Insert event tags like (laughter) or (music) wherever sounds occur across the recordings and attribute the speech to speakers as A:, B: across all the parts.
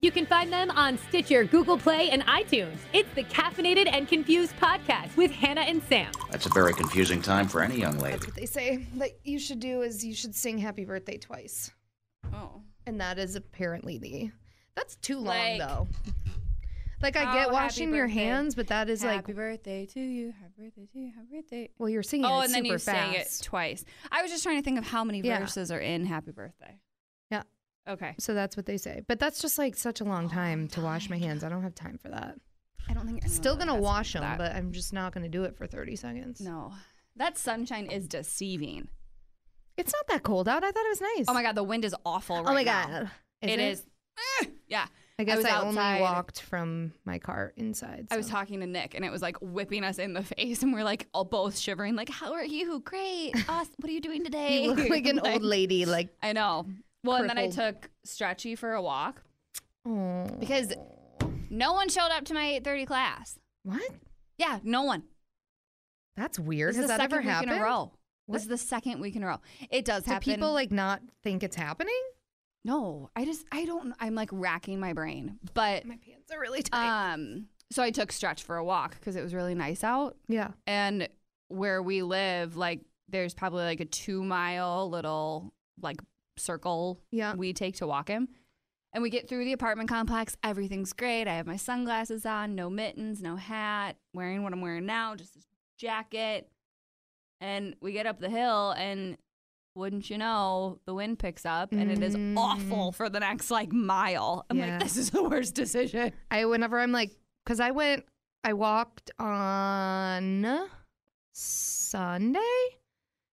A: You can find them on Stitcher, Google Play, and iTunes. It's the Caffeinated and Confused podcast with Hannah and Sam.
B: That's a very confusing time for any young lady.
C: That's what they say that you should do is you should sing happy birthday twice.
D: Oh.
C: And that is apparently the that's too long
D: Like-
C: though. Like I
D: Oh,
C: get
D: happy
C: washing your
D: birthday.
C: hands, but that is
D: happy
C: like
D: birthday to you. Happy birthday to you. Happy birthday.
C: well you're singing
D: oh,
C: it
D: and
C: super
D: then you
C: fast.
D: sang it twice. I was just trying to think of how many
C: Yeah.
D: verses are in Happy Birthday.
C: Yeah.
D: Okay.
C: so that's what they say. But that's just like such a long time to wash my hands. I don't have time for that.
D: I don't think anyone
C: Still gonna
D: has time
C: wash
D: for
C: them,
D: Oh, that.
C: but I'm just not gonna do it for 30 seconds.
D: no. That sunshine is deceiving.
C: It's not that cold out. I thought it was nice.
D: Oh my god, the wind is awful right
C: oh my
D: now.
C: god.
D: it
C: Isn't
D: is. (laughs) Ah! yeah.
C: I guess
D: was
C: I,
D: outside.
C: only walked from my car inside.
D: I was
C: so.
D: talking to Nick and it was like whipping us in the (laughs) face and we're like all both shivering like how are you?
C: (laughs)
D: Great. Awesome. What are you doing today?
C: You look like
D: (laughs)
C: an old lady. Like,
D: I know. Well, and then I
C: Crippled.
D: took Stretchy for a walk
C: oh,
D: because no one showed up to my 8:30 class.
C: what?
D: Yeah, no one.
C: That's weird.
D: This
C: Has
D: is the
C: that
D: second
C: ever
D: week
C: happened?
D: in a row.
C: What?
D: This is the second week in a row. It does
C: Do
D: happen.
C: people like not think it's happening?
D: no, I just I don't. I'm like racking my brain, but
C: My pants are really tight.
D: um. So I took Stretch for a walk because it was really nice out,
C: yeah.
D: and where we live, like there's probably like a two mile little like circle
C: Yeah.
D: we take to walk him. And we get through the apartment complex. Everything's great. I have my sunglasses on, no mittens, no hat, wearing what I'm wearing now, just this jacket. And we get up the hill, and wouldn't you know, the wind picks up and it is
C: Mm.
D: awful for the next like mile. I'm
C: Yeah.
D: like, this is the worst decision.
C: I whenever I'm like, because I went, I walked on Sunday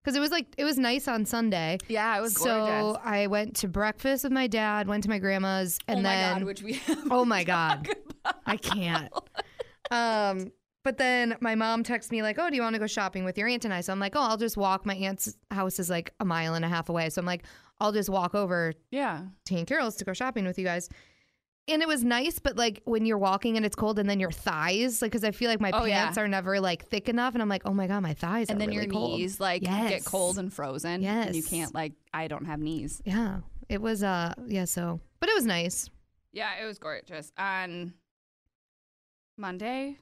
C: because it was like it was nice on Sunday.
D: Yeah, it was
C: so
D: gorgeous.
C: I went to breakfast with my dad, went to my grandma's, and
D: oh
C: then
D: my God, which we have.
C: oh
D: (laughs)
C: my god, I can't. Um, but then my mom texts me like, "Oh, do you want to go shopping with your aunt and I?" So I'm like, "Oh, I'll just walk. My aunt's house is like a mile and a half away, so I'm like, I'll just walk over
D: Yeah.
C: to Aunt Carol's to go shopping with you guys." And it was nice, but like when you're walking and it's cold, and then your thighs, like, because I feel like my
D: Oh, yeah.
C: pants are never like thick enough, and I'm like, "Oh my god, my thighs!"
D: And
C: are
D: then
C: really
D: your
C: cold."
D: knees like get
C: Yes.
D: cold and frozen. And you
C: Yes.
D: can't, like, I don't have knees.
C: Yeah, it was. Uh, yeah. So, but it was nice.
D: Yeah, it was gorgeous. On Monday,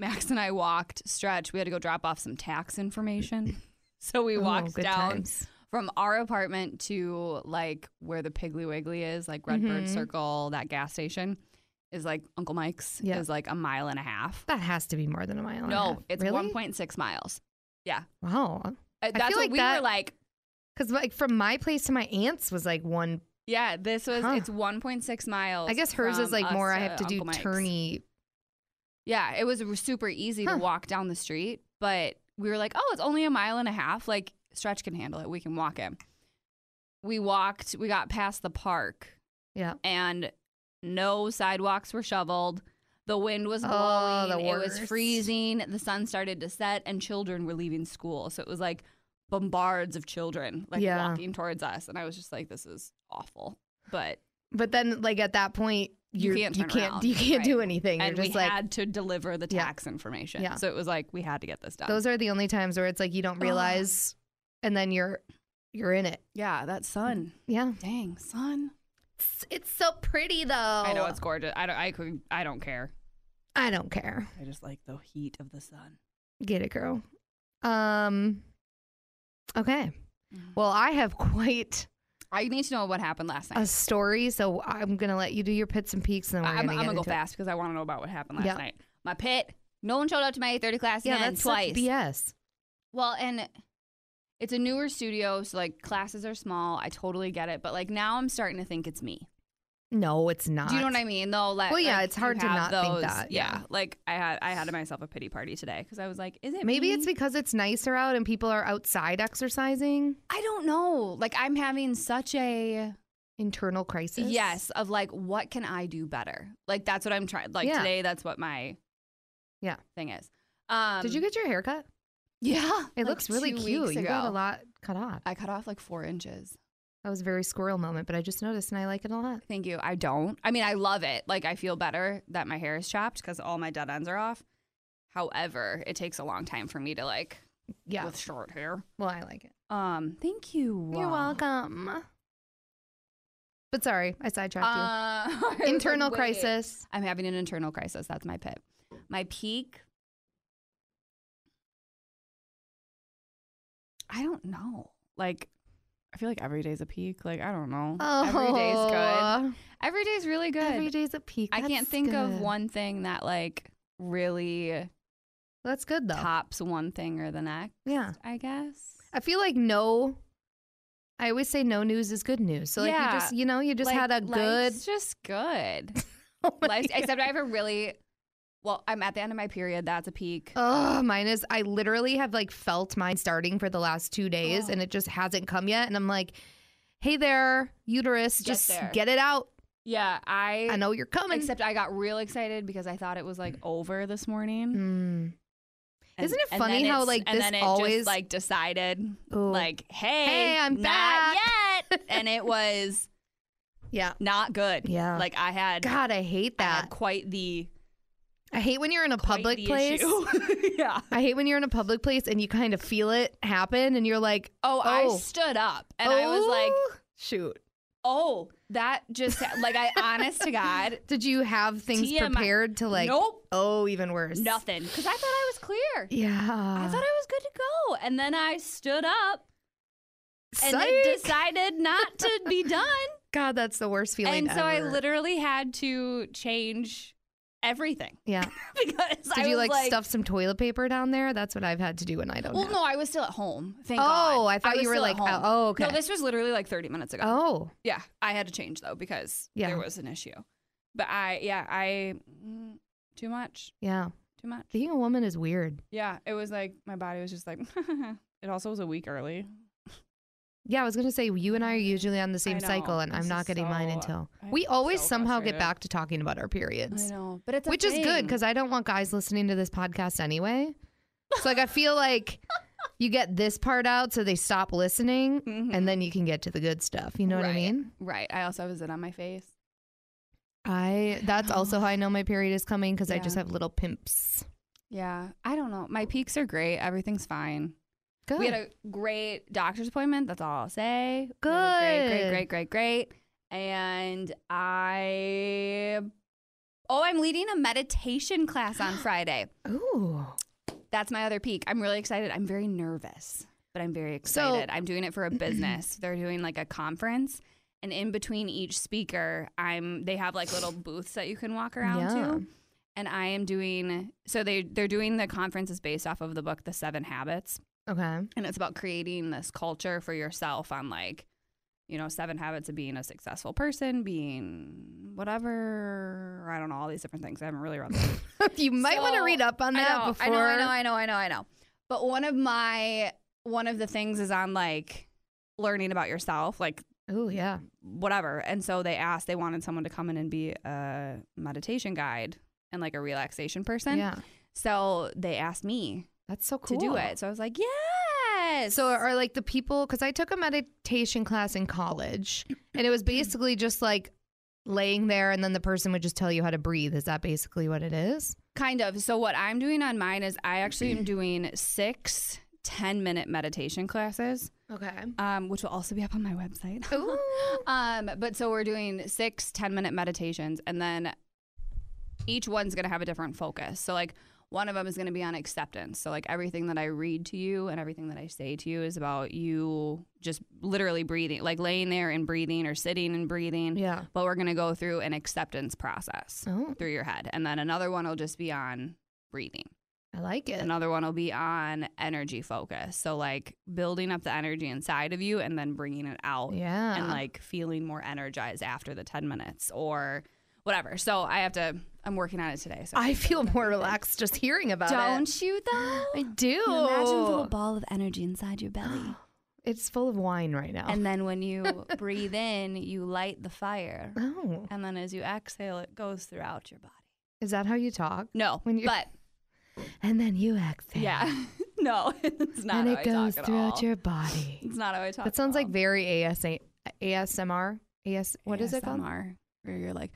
D: Max and I walked stretch. We had to go drop off some
C: (laughs)
D: tax information. So we
C: Oh,
D: walked
C: good
D: down
C: times.
D: from our apartment to like where the Piggly Wiggly is, like Redbird
C: Mhm.
D: Circle, that gas station is like Uncle Mike's
C: Yeah.
D: is like a mile and a half.
C: That has to be more than a mile. and a half.
D: No, it's
C: Really?
D: 1.6 miles.
C: Wow.
D: Uh,
C: feel
D: That's what
C: like
D: we were
C: that-
D: like.
C: Because like from my place to my aunt's was like one.
D: Yeah, this was
C: Huh.
D: it's 1.6 miles.
C: I guess hers is
D: from
C: like
D: us
C: more. I have to do
D: Uncle Mike's.
C: turny.
D: Yeah, it was r- super easy
C: Huh.
D: to walk down the street, but we were like, oh, it's only a mile and a half. Like, Stretch can handle it. We can walk him. We walked, we got past the park,
C: Yeah.
D: and no sidewalks were shoveled. The wind was
C: Oh,
D: blowing.
C: the
D: it was
C: worst.
D: freezing. The sun started to set, and children were leaving school. So it was like bombards of children like
C: Yeah.
D: walking towards us. And I was just like, this is awful. But
C: But then like at that point
D: You
C: you're,
D: can't
C: you
D: turn
C: can't
D: around,
C: you can't do
D: right.
C: anything.
D: and
C: you're
D: we
C: just like
D: had to deliver the
C: Yeah.
D: tax information.
C: Yeah.
D: So it was like we had to get this done.
C: those are the only times where it's like you don't realize, and then you're you're in it.
D: Yeah, that sun.
C: Yeah.
D: Mm-hmm. Dang, sun.
C: It's, it's so pretty though.
D: I know it's gorgeous. I don't. I could. I don't care.
C: I don't care.
D: I just like the heat of the sun.
C: Get it, girl. Um. Okay.
D: Mm-hmm.
C: Well, I have quite
D: I need to know what happened last night.
C: a story, so I'm gonna let you do your pits and peaks, and then we're
D: I, am
C: gonna get
D: gonna go
C: into it.
D: fast because I want to know about what happened last
C: Yeah.
D: night. My pit. No one showed up to my 8:30 class.
C: Yeah,
D: again,
C: that's such
D: twice.
C: BS.
D: Well, and it's a newer studio, so like classes are small. I totally get it, but like now I'm starting to think it's me.
C: No, it's not.
D: Do you know what I mean? Though, like,
C: Well, yeah,
D: like,
C: it's hard to
D: you have
C: not think
D: those-
C: that,
D: Yeah.
C: yeah.
D: like I had, I had myself a pity party today because I was like, is it
C: Maybe
D: me?
C: it's because it's nicer out and people are outside exercising.
D: I don't know. Like I'm having such a
C: Internal crisis.
D: Yes, of like what can I do better? Like that's what I'm trying. Like
C: Yeah.
D: today, that's what my
C: Yeah.
D: thing is. Um,
C: Did you get your hair cut?
D: (laughs) Yeah,
C: It
D: like
C: looks really
D: two
C: cute.
D: weeks
C: You got a
D: ago.
C: lot cut off.
D: I cut off like four inches.
C: That was a very squirrel moment, but I just noticed and I like it a lot.
D: Thank you. I don't. I mean, I love it. Like I feel better that my hair is chopped because all my dead ends are off. However, it takes a long time for me to like
C: Yeah.
D: with short hair.
C: Well, I like it.
D: Um, thank you.
C: You're welcome. But sorry, I sidetracked
D: Uh, (laughs) I was like,
C: you. Internal
D: wait.
C: crisis.
D: I'm having an internal crisis. That's my pit. My peak. I don't know. Like, I feel like every day's a peak. Like, I don't know. Every day's good.
C: Oh,
D: Every day's really good.
C: Every day's a peak.
D: I can't
C: That's
D: think of
C: good.
D: one thing that, like, really
C: That's good though.
D: tops one thing or the next,
C: Yeah.
D: I guess.
C: I feel like no. I always say no news is good news. So like
D: Yeah.
C: you just you know you just
D: Like,
C: had a good.
D: life's just good.
C: (laughs) Oh my
D: Life,
C: God.
D: except I have a really well. I'm at the end of my period. That's a peak.
C: Oh, mine is. I literally have like felt mine starting for the last two days,
D: Oh.
C: and it just hasn't come yet. And I'm like, "Hey there, uterus,
D: Get
C: just
D: there.
C: get it out.
D: Yeah, I.
C: I know you're coming."
D: Except I got real excited because I thought it was like over this morning.
C: Mm.
D: And-
C: Isn't it
D: and
C: funny
D: then
C: how,
D: it's-
C: like,
D: and
C: this
D: then it
C: always-
D: just, like decided
C: Ooh.
D: like hey,
C: Hey, I'm
D: not
C: back.
D: yet,
C: (laughs)
D: and it was
C: yeah,
D: not good.
C: Yeah.
D: like I had
C: God, I hate
D: I had
C: that.
D: quite the
C: I hate when you're in a
D: quite
C: public
D: the
C: place.
D: issue. (laughs) yeah.
C: I hate when you're in a public place and you kind of feel it happen, and you're like,
D: Oh, I
C: Oh.
D: stood up and I was like,
C: "Oh, shoot."
D: oh, that just like I honest to God,
C: Did you have things
D: TMI.
C: prepared to (laughs) like?
D: nope,
C: Oh, even worse.
D: nothing, because I thought I was clear.
C: Yeah.
D: I thought I was good to go, and then I stood up and then
C: Psych.
D: decided not to
C: (laughs)
D: be done.
C: God, that's the worst feeling.
D: and so I
C: ever.
D: literally had to change everything (laughs)
C: Yeah.
D: because I
C: Did you
D: was
C: like, stuff some toilet paper down there? That's what I've had to do when I don't.
D: Well,
C: have-
D: no, I was still at home. Thank
C: Oh,
D: God.
C: I thought
D: was
C: you were
D: still at
C: like,
D: home.
C: oh, okay.
D: No, this was literally like 30 minutes ago.
C: Oh,
D: Yeah, I had to change though because
C: Yeah.
D: there was an issue. But I, yeah, I mm, too much,
C: yeah.
D: too much.
C: Being a woman is weird.
D: Yeah, it was like my body was just like. (laughs) it also was a week early.
C: Yeah, I was gonna say you and I are usually on the same
D: I
C: cycle,
D: know.
C: and
D: This
C: I'm not
D: is
C: getting mine
D: so-
C: until
D: I'm
C: we always
D: so
C: somehow
D: frustrated.
C: get back to talking about our periods,
D: know, but it's
C: which is good because I don't want guys listening to this podcast anyway. So like, I feel
D: (laughs)
C: like you get this part out, so they stop listening, and then you can get to the good stuff. You know what I
D: Mm-hmm. Right.
C: mean?
D: right. I also was it on my face.
C: I that's also how I know my period is coming because I
D: Yeah.
C: just have little pimps.
D: Yeah, I don't know. My peaks are great. Everything's fine.
C: Good.
D: We had a great doctor's appointment. That's all I'll say. We had a Great,
C: Good.
D: great, great, great, great. And I. Oh, I'm leading a meditation
C: (gasps)
D: class on Friday.
C: Ooh.
D: That's my other peak. I'm really excited. I'm very nervous, but I'm very excited. I'm doing it for a business. They're doing like a conference, and in between each speaker, I'm they have like little booths that you can walk around
C: Yeah.
D: to. And I am doing so they they're doing the conference is based off of the book The 7 Habits,
C: Okay.
D: and it's about creating this culture for yourself on like you know, seven habits of being a successful person, being whatever, I don't know, all these different things. I haven't really read them.
C: (laughs) you might want to
D: So,
C: read up on
D: I
C: that
D: know,
C: before.
D: I know, I know, I know, I know, I know. But one of my one of the things is on like learning about yourself, like
C: Oh yeah.
D: whatever. And so they asked, they wanted someone to come in and be a meditation guide and like a relaxation person.
C: Yeah.
D: So they asked me
C: That's so cool.
D: to do it. So I was like, yes.
C: So are like the people because I took a meditation class in college and it was basically just like laying there and then the person would just tell you how to breathe. Is that basically what it is?
D: kind of. So what I'm doing on mine is I actually
C: (clears throat)
D: am doing six 10 minute meditation classes,
C: Okay.
D: um, which will also be up on my website.
C: Ooh.
D: Um, but so we're doing six 10 minute meditations, and then each one's going to have a different focus. So, like, one of them is going to be on acceptance. So, like, everything that I read to you and everything that I say to you is about you just literally breathing, like laying there and breathing or sitting and breathing.
C: (laughs) Yeah.
D: But we're going to go through an acceptance process
C: Oh,
D: through your head. And then another one will just be on breathing.
C: I like it.
D: Another one will be on energy focus. So, like, building up the energy inside of you and then bringing it out
C: yeah.
D: and like feeling more energized after the 10 minutes or whatever. So I have to, I'm working on it today. So
C: I feel more relaxed just hearing about
D: don't
C: it.
D: you though?
C: I do.
D: Can you Imagine a little ball of energy inside
C: (gasps)
D: your belly.
C: It's full of wine right now.
D: And then when you breathe in, you light the fire.
C: oh,
D: And then as you exhale, it goes throughout your body.
C: is that how you talk?
D: No,
C: When you-
D: but
C: And then you exhale.
D: yeah, (laughs)
C: (laughs)
D: no, it's not
C: and
D: how
C: it
D: I
C: goes
D: talk at
C: throughout
D: all. (laughs)
C: your body.
D: It's not how I talk.
C: That sounds like very ASA, ASMR. AS, what is it called?
D: ASMR, Where you're like,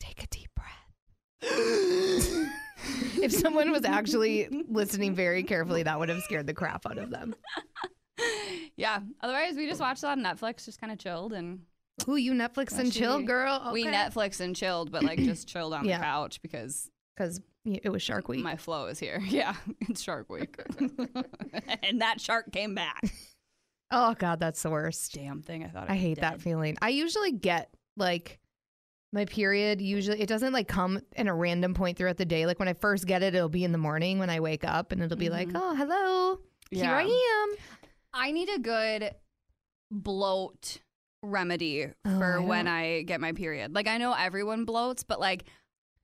C: Take a deep breath.
D: (laughs)
C: if someone was actually listening very carefully, that would have scared the crap out of them.
D: Yeah. Otherwise, we just watched it on Netflix, just kind of chilled, and
C: Ooh, you Netflix and
D: Watch
C: chill,
D: TV.
C: girl.
D: we Netflix and chilled, but like just chilled on
C: Yeah.
D: the couch because
C: because it was Shark Week.
D: my flow is here. (laughs) Yeah, it's
C: (laughs)
D: Shark Week, and that shark came back.
C: oh God, that's the worst.
D: Damn thing! I thought
C: I hate that feeling. I usually get like my period usually it doesn't like come in a random point throughout the day. Like when I first get it, it'll be in the morning when I wake up and it'll be like,
D: Mhm.
C: Oh, hello. Here I am.
D: I need a good bloat remedy
C: Oh, I
D: for when
C: don't-
D: I get my period. Like I know everyone bloats, but like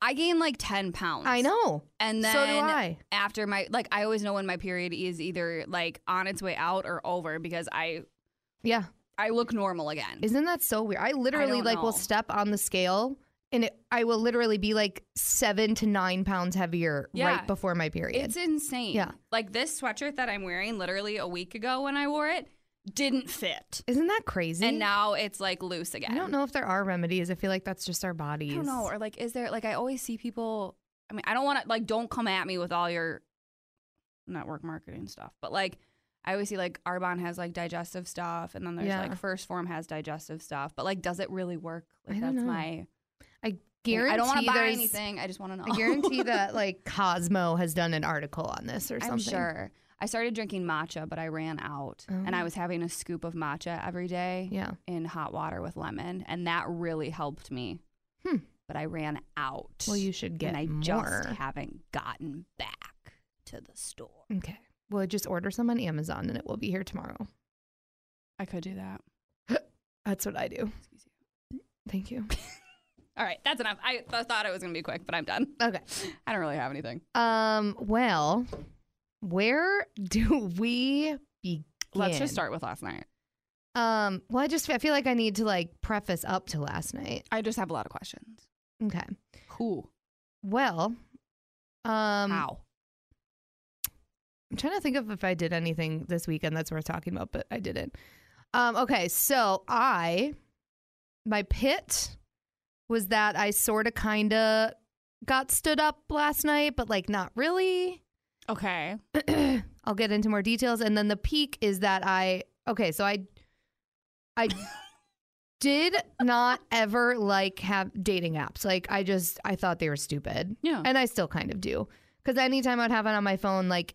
D: I gain like ten pounds.
C: I know.
D: and then
C: so do I.
D: after my like I always know when my period is either like on its way out or over because I
C: Yeah.
D: I look normal again.
C: Isn't that so weird? I literally
D: don't
C: like will
D: know.
C: step on the scale and it, I will literally be like seven to nine pounds heavier
D: Yeah.
C: right before my period.
D: It's insane.
C: Yeah.
D: Like this sweatshirt that I'm wearing literally a week ago when I wore it didn't fit.
C: Isn't that crazy?
D: And now it's like loose again.
C: I don't know if there are remedies. I feel like that's just our bodies.
D: I don't know. Or like, is there like I always see people? I mean, I don't want to like don't come at me with all your network marketing stuff, but like I always see like Arbonne has like digestive stuff, and then there's
C: Yeah.
D: like First Form has digestive stuff, but like, does it really work? Like
C: I don't
D: that's
C: know.
D: my
C: I
D: thing.
C: guarantee
D: I don't want to buy
C: there's-
D: anything. I just want to know.
C: I
D: (laughs)
C: guarantee that like Cosmo has done an article on this or
D: I'm
C: something.
D: sure. I started drinking matcha, but I ran out, and I
C: Oh.
D: was having a scoop of matcha every day
C: Yeah.
D: in hot water with lemon, and that really helped me.
C: Hmm.
D: But I ran out.
C: Well, you should get
D: and I
C: more.
D: just haven't gotten back to the store.
C: okay. Well, just order some on Amazon and it will be here tomorrow.
D: I could do that.
C: That's what I do.
D: Excuse you.
C: Thank you.
D: All right, that's enough. I th- thought it was gonna be quick, but I'm done. (laughs)
C: Okay.
D: I don't really have anything.
C: Um. Well, where do (laughs) we begin?
D: Let's just start with last night.
C: Um. Well, I just I feel like I need to like preface up to last night.
D: I just have a lot of questions.
C: Okay.
D: Who?
C: Well. Um.
D: How?
C: I'm trying to think of if I did anything this weekend that's worth talking about, but I didn't. Um, okay, so I, my pit was that I sort of kind of got stood up last night, but like not really.
D: Okay.
C: I'll get into more details. And then the peak is that I, okay, so I, I did not ever like have dating apps. Like I just, I thought they were stupid.
D: Yeah.
C: And I still kind of do. Because anytime I'd have it on my phone, like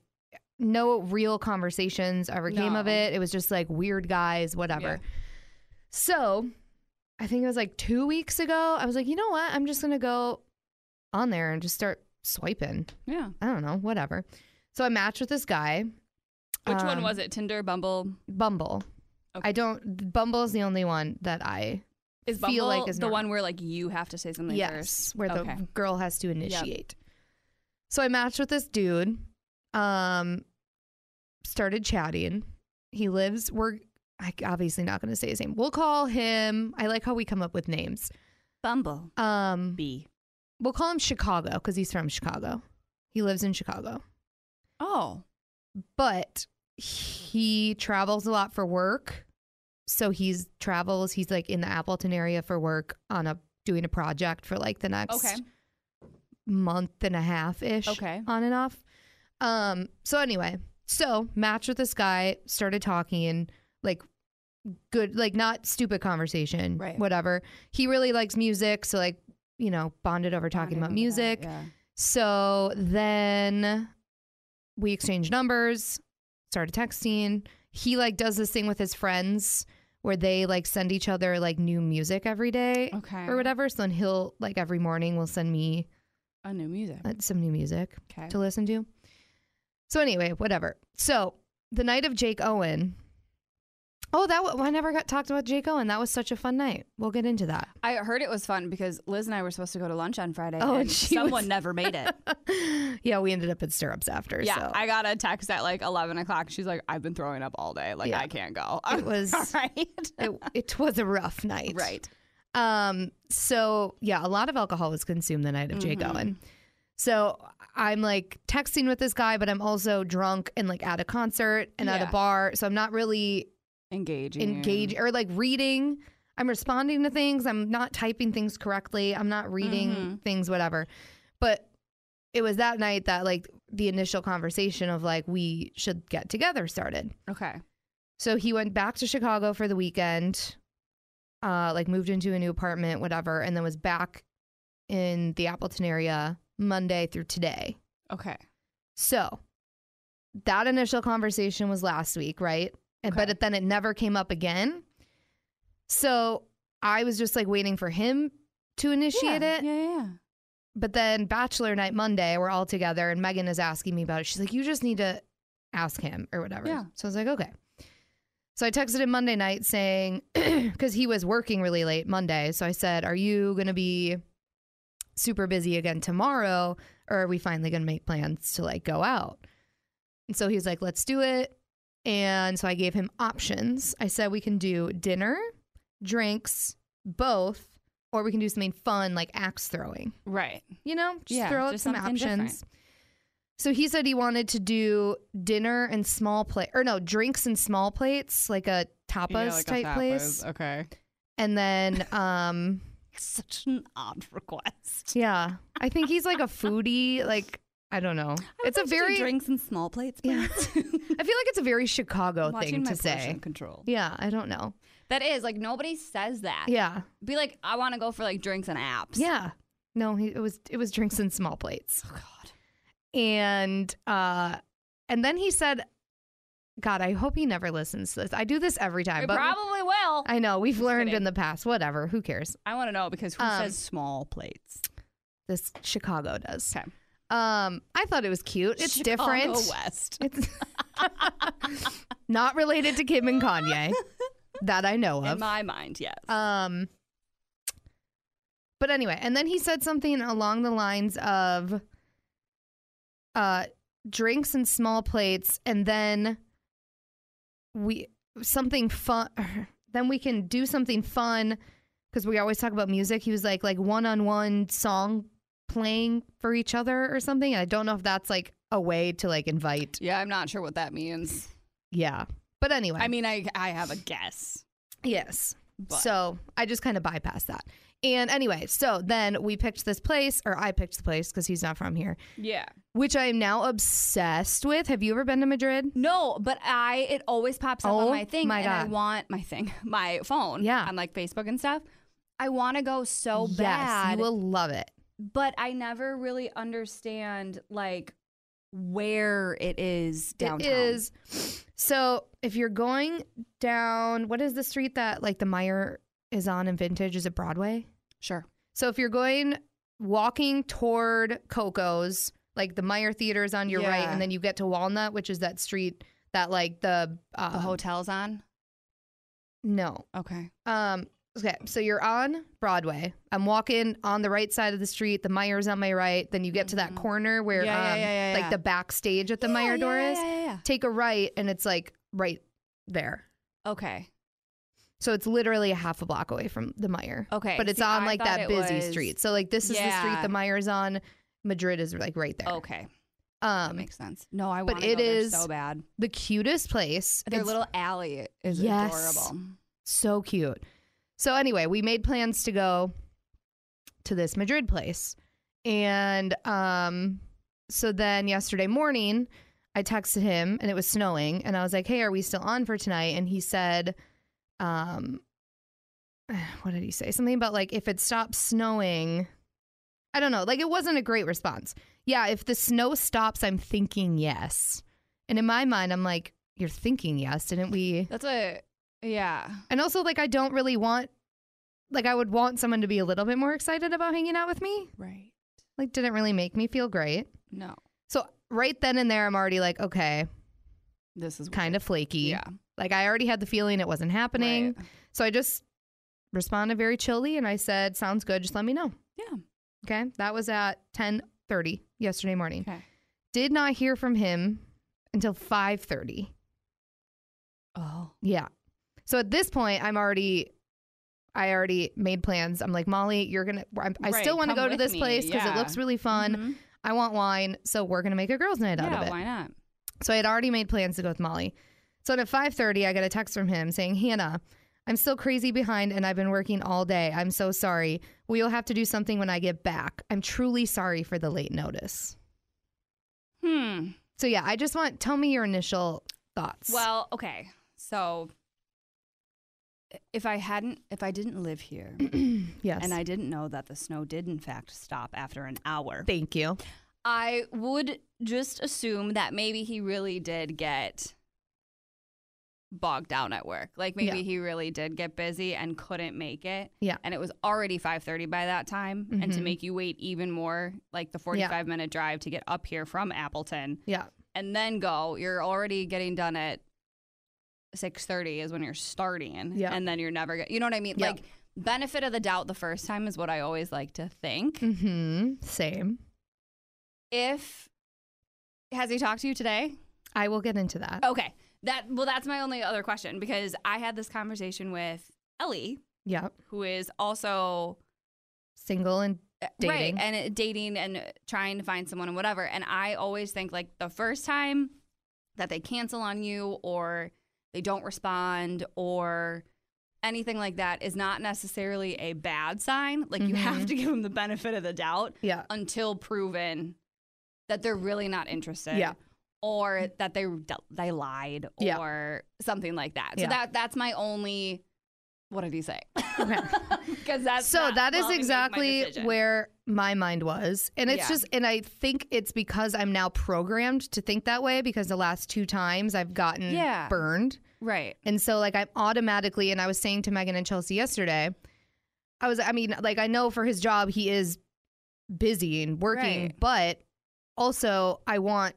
C: no real conversations ever came of
D: No.
C: it. It was just like weird guys, whatever. So I think it was like two weeks ago. I was like, you know what? I'm just going to go on there and just start swiping.
D: Yeah.
C: I don't know, whatever. So I matched with this guy.
D: Which one
C: Um,
D: was it? Tinder, Bumble?
C: Bumble.
D: Okay.
C: I don't, Bumble's the only one that I,
D: Is
C: feel
D: Bumble
C: like is
D: the
C: not-
D: one where like you have to say something
C: yes,
D: first?
C: where
D: Okay.
C: the girl has to initiate. So I matched with this dude. Um, started chatting. He lives. We're I obviously not going to say his name. We'll call him. I like how we come up with names.
D: Bumble
C: Um,
D: B.
C: we'll call him Chicago because he's from Chicago. He lives in Chicago,
D: Oh.
C: but he travels a lot for work. So he's travels. He's like in the Appleton area for work on a doing a project for like the next
D: Okay.
C: month and a half ish.
D: Okay.
C: On and off. Um, so anyway, so matched with this guy, started talking, like good, like not stupid conversation.
D: Right.
C: Whatever. He really likes music, so like, you know, bonded over talking about music. So then we exchanged numbers, started texting. He like does this thing with his friends where they like send each other like new music every day
D: Okay.
C: or whatever. So then he'll like every morning will send me
D: A new music.
C: uh, some new music
D: Okay.
C: to listen to. So anyway, whatever. So the night of Jake Owen. Oh, that wa- I never got talked about Jake Owen. That was such a fun night. We'll get into
D: (gasps)
C: that.
D: I heard it was fun because Liz and I were supposed to go to lunch on Friday.
C: Oh, and
D: and
C: she
D: someone
C: was-
D: never
C: (laughs)
D: made it.
C: yeah, we ended up at Stirrups after.
D: yeah,
C: so.
D: I got a text at like eleven o'clock. She's like, "I've been throwing up all day. Like,
C: Yeah.
D: I can't go."
C: It
D: (laughs)
C: was-
D: all right.
C: (laughs) it, it was a rough night.
D: right.
C: Um, so yeah, a lot of alcohol was consumed the night of Jake
D: Mm-hmm.
C: Owen. So I'm like texting with this guy, but I'm also drunk and like at a concert and at
D: Yeah.
C: a bar. So I'm not really
D: Engaging.
C: engage or like reading. I'm responding to things. I'm not typing things correctly. I'm not reading
D: Mhm.
C: things, whatever. But it was that night that like the initial conversation of like we should get together started.
D: Okay.
C: So he went back to Chicago for the weekend, uh, like moved into a new apartment, whatever, and then was back in the Appleton area Monday through today.
D: Okay.
C: So that initial conversation was last week, right? And but
D: Okay.
C: it, then it never came up again. So I was just like waiting for him to initiate
D: yeah.
C: it.
D: Yeah, yeah. yeah.
C: But then Bachelor Night Monday, we're all together, and Megan is asking me about it. She's like, "You just need to ask him or whatever."
D: Yeah.
C: So I was like, "Okay." So I texted him Monday night saying, (clears throat) because he was working really late Monday. So I said, "Are you gonna be super busy again tomorrow, or are we finally gonna make plans to like go out?" And so he's like, "Let's do it." And so I gave him options. I said, "We can do dinner, drinks, both, or we can do something fun like axe throwing."
D: Right.
C: you know, just
D: Yeah,
C: throw out
D: just
C: some
D: something
C: options.
D: different.
C: So he said he wanted to do dinner and small plate, or no, drinks and small plates, like a tapas type place,
D: Okay.
C: and then um,
D: Such an odd request.
C: yeah, I think he's like a foodie. Like I don't know, (laughs) it's a very.
D: drinks and small plates.
C: Yeah. (laughs) I feel like it's a very Chicago
D: Watching
C: thing
D: my
C: to say.
D: portion control.
C: Yeah, I don't know.
D: That is like nobody says that.
C: Yeah,
D: Be like, I want to go for like drinks and apps.
C: yeah. No, he, it was it was drinks and small plates.
D: Oh God.
C: and uh and then he said god i hope he never listens to this i do this every time
D: We
C: but
D: probably will. I,
C: i know we've learned in
D: kidding.
C: the past whatever who cares
D: want to know because who
C: Um,
D: says small plates?
C: this chicago does
D: Okay.
C: um i thought it was cute it's different
D: West.
C: it's (laughs) not related to kim and kanye that i know
D: In
C: of
D: my mind, yes.
C: um but anyway and then he said something along the lines of uh drinks and small plates and then we something fun (laughs) then we can do something fun because we always talk about music he was like like one-on-one song playing for each other or something i don't know if that's like a way to like invite
D: yeah, I'm not sure what that means.
C: yeah but anyway
D: I mean, I I have a guess.
C: yes
D: But
C: So I just kind of bypassed that. And anyway, so then we picked this place, or I picked the place because he's not from here,
D: yeah.
C: which I am now obsessed with. Have you ever been to Madrid?
D: No, but I it always pops up
C: Oh
D: on my thing,
C: my
D: and I
C: God.
D: want my thing, (laughs) my phone.
C: Yeah.
D: on like Facebook and stuff. I want to go so
C: yes,
D: bad,
C: you will love it.
D: but I never really understand like where it is downtown.
C: It is. So if you're going down, what is the street that like the Meyer is on in Vintage? Is it Broadway?
D: sure.
C: So if you're going walking toward Coco's, like the Meyer Theater is on your right,
D: Yeah.
C: and then you get to Walnut, which is that street that like the uh,
D: The hotel's on.
C: No,
D: Okay.
C: Um, okay, so you're on Broadway. I'm walking on the right side of the street. The Meyer's on my right. Then you get to that
D: Mhm.
C: corner where,
D: Yeah, yeah,
C: um,
D: yeah, yeah,
C: like
D: yeah.
C: the backstage at the
D: Yeah,
C: Meyer
D: yeah,
C: door
D: yeah,
C: is.
D: yeah, yeah,
C: Take a right, and it's like right there.
D: yeah. Okay.
C: So it's literally a half a block away from the Meyer.
D: Okay.
C: But it's
D: See,
C: on
D: I
C: like
D: thought
C: that
D: it
C: busy
D: was-
C: street. So like this is the street
D: Yeah.
C: the Meyer's on. Madrid is like right there.
D: Okay. That
C: Um,
D: makes sense. No, I
C: but
D: want
C: it
D: it is
C: is-
D: so bad.
C: the cutest place.
D: Their
C: It's-
D: little alley is
C: Yes.
D: adorable.
C: So cute. So anyway, we made plans to go to this Madrid place. And um so then yesterday morning, I texted him and it was snowing and I was like, "Hey, are we still on for tonight?" And he said um (sighs) what did he say? Something about like if it stops snowing. I don't know. Like it wasn't a great response. Yeah, if the snow stops, I'm thinking yes. And in my mind, I'm like, "You're thinking yes, didn't we?"
D: That's a yeah.
C: And also, like, I don't really want, like, I would want someone to be a little bit more excited about hanging out with me.
D: Right.
C: Like, didn't really make me feel great.
D: No.
C: So, right then and there, I'm already like, okay,
D: This is
C: kind of flaky.
D: yeah.
C: Like, I already had the feeling it wasn't happening.
D: Right.
C: So, I just responded very chilly and I said, sounds good. Just let me know.
D: Yeah.
C: Okay. That was at 10:30 yesterday morning.
D: Okay.
C: Did not hear from him until 5:30.
D: Oh.
C: Yeah. So at this point, I'm already, I already made plans. I'm like, Molly, you're going to, I
D: Right,
C: still want to
D: come
C: go to
D: with
C: this
D: me.
C: place because it
D: Yeah.
C: looks really fun.
D: Mhm.
C: I want wine. So we're going to make a girls' night out
D: Yeah.
C: of it.
D: Why not?
C: So I had already made plans to go with Molly. So then at 5:30, I got a text from him saying, "Hannah, I'm still crazy behind and I've been working all day. I'm so sorry. We'll have to do something when I get back. I'm truly sorry for the late notice."
D: Hmm.
C: So yeah, I just want tell me your initial thoughts.
D: Well, okay. So if I hadn't, if I didn't live here
C: (clears throat) Yes.
D: and I didn't know that the snow did in fact stop after an hour,
C: thank you.
D: I would just assume that maybe he really did get bogged down at work. Like maybe
C: Yeah.
D: he really did get busy and couldn't make it.
C: Yeah.
D: And it was already 5:30 by that time and to
C: Mhm.
D: make you wait even more like the 45 minute drive to get up here from Appleton
C: Yeah.
D: and then go, you're already getting done at 6:30 is when you're starting
C: Yeah.
D: and then you're never go- you know what I mean?
C: Yeah.
D: Like benefit of the doubt the first time is what I always like to think.
C: Mm-hmm. Same.
D: If has he talked to you today?
C: I will get into that.
D: Okay. That well, that's my only other question because I had this conversation with Ellie,
C: Yeah.
D: who is also
C: Single and
D: uh, right
C: Dating.
D: and uh, dating and uh, trying to find someone and whatever. And I always think like the first time that they cancel on you or they don't respond or anything like that is not necessarily a bad sign. Like you have
C: Mhm.
D: to give them the benefit of the doubt
C: yeah.
D: until proven that they're really not interested.
C: Yeah.
D: Or that they they lied or
C: Yeah.
D: something like that. So
C: Yeah.
D: that that's my only. What did he say? (laughs)
C: Okay.
D: Because that's
C: so
D: not
C: that is
D: helping make my
C: exactly
D: decision.
C: where my mind was and it's
D: Yeah.
C: just and i think it's because i'm now programmed to think that way because the last two times i've gotten
D: Yeah.
C: burned
D: right.
C: and so like i'm automatically and i was saying to megan and chelsea yesterday i was i mean like i know for his job he is busy and working
D: Right.
C: but also i want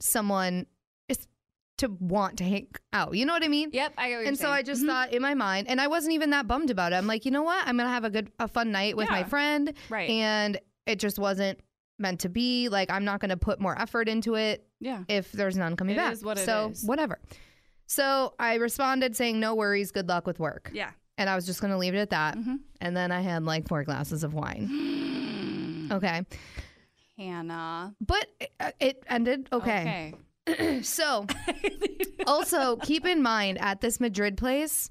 C: someone is- to want to hang out you know what i mean
D: Yep. I get what you're
C: and so
D: saying.
C: I just
D: Mhm.
C: thought in my mind, and I wasn't even that bummed about it. I'm like, you know what? I'm gonna have a good, a fun night with my
D: Yeah.
C: friend,
D: right.
C: and it just wasn't meant to be. Like, I'm not gonna put more effort into it
D: yeah.
C: if there's none coming
D: It
C: back.
D: is what it
C: so
D: is.
C: whatever. So I responded saying, "No worries, good luck with work,"
D: Yeah.
C: and I was just gonna leave it at that.
D: Mhm.
C: And then I had like four glasses of wine.
D: (gasps)
C: Okay,
D: (clears throat) Hannah.
C: but it, uh, it ended okay. (laughs)
D: (laughs)
C: So also keep in mind at this Madrid place,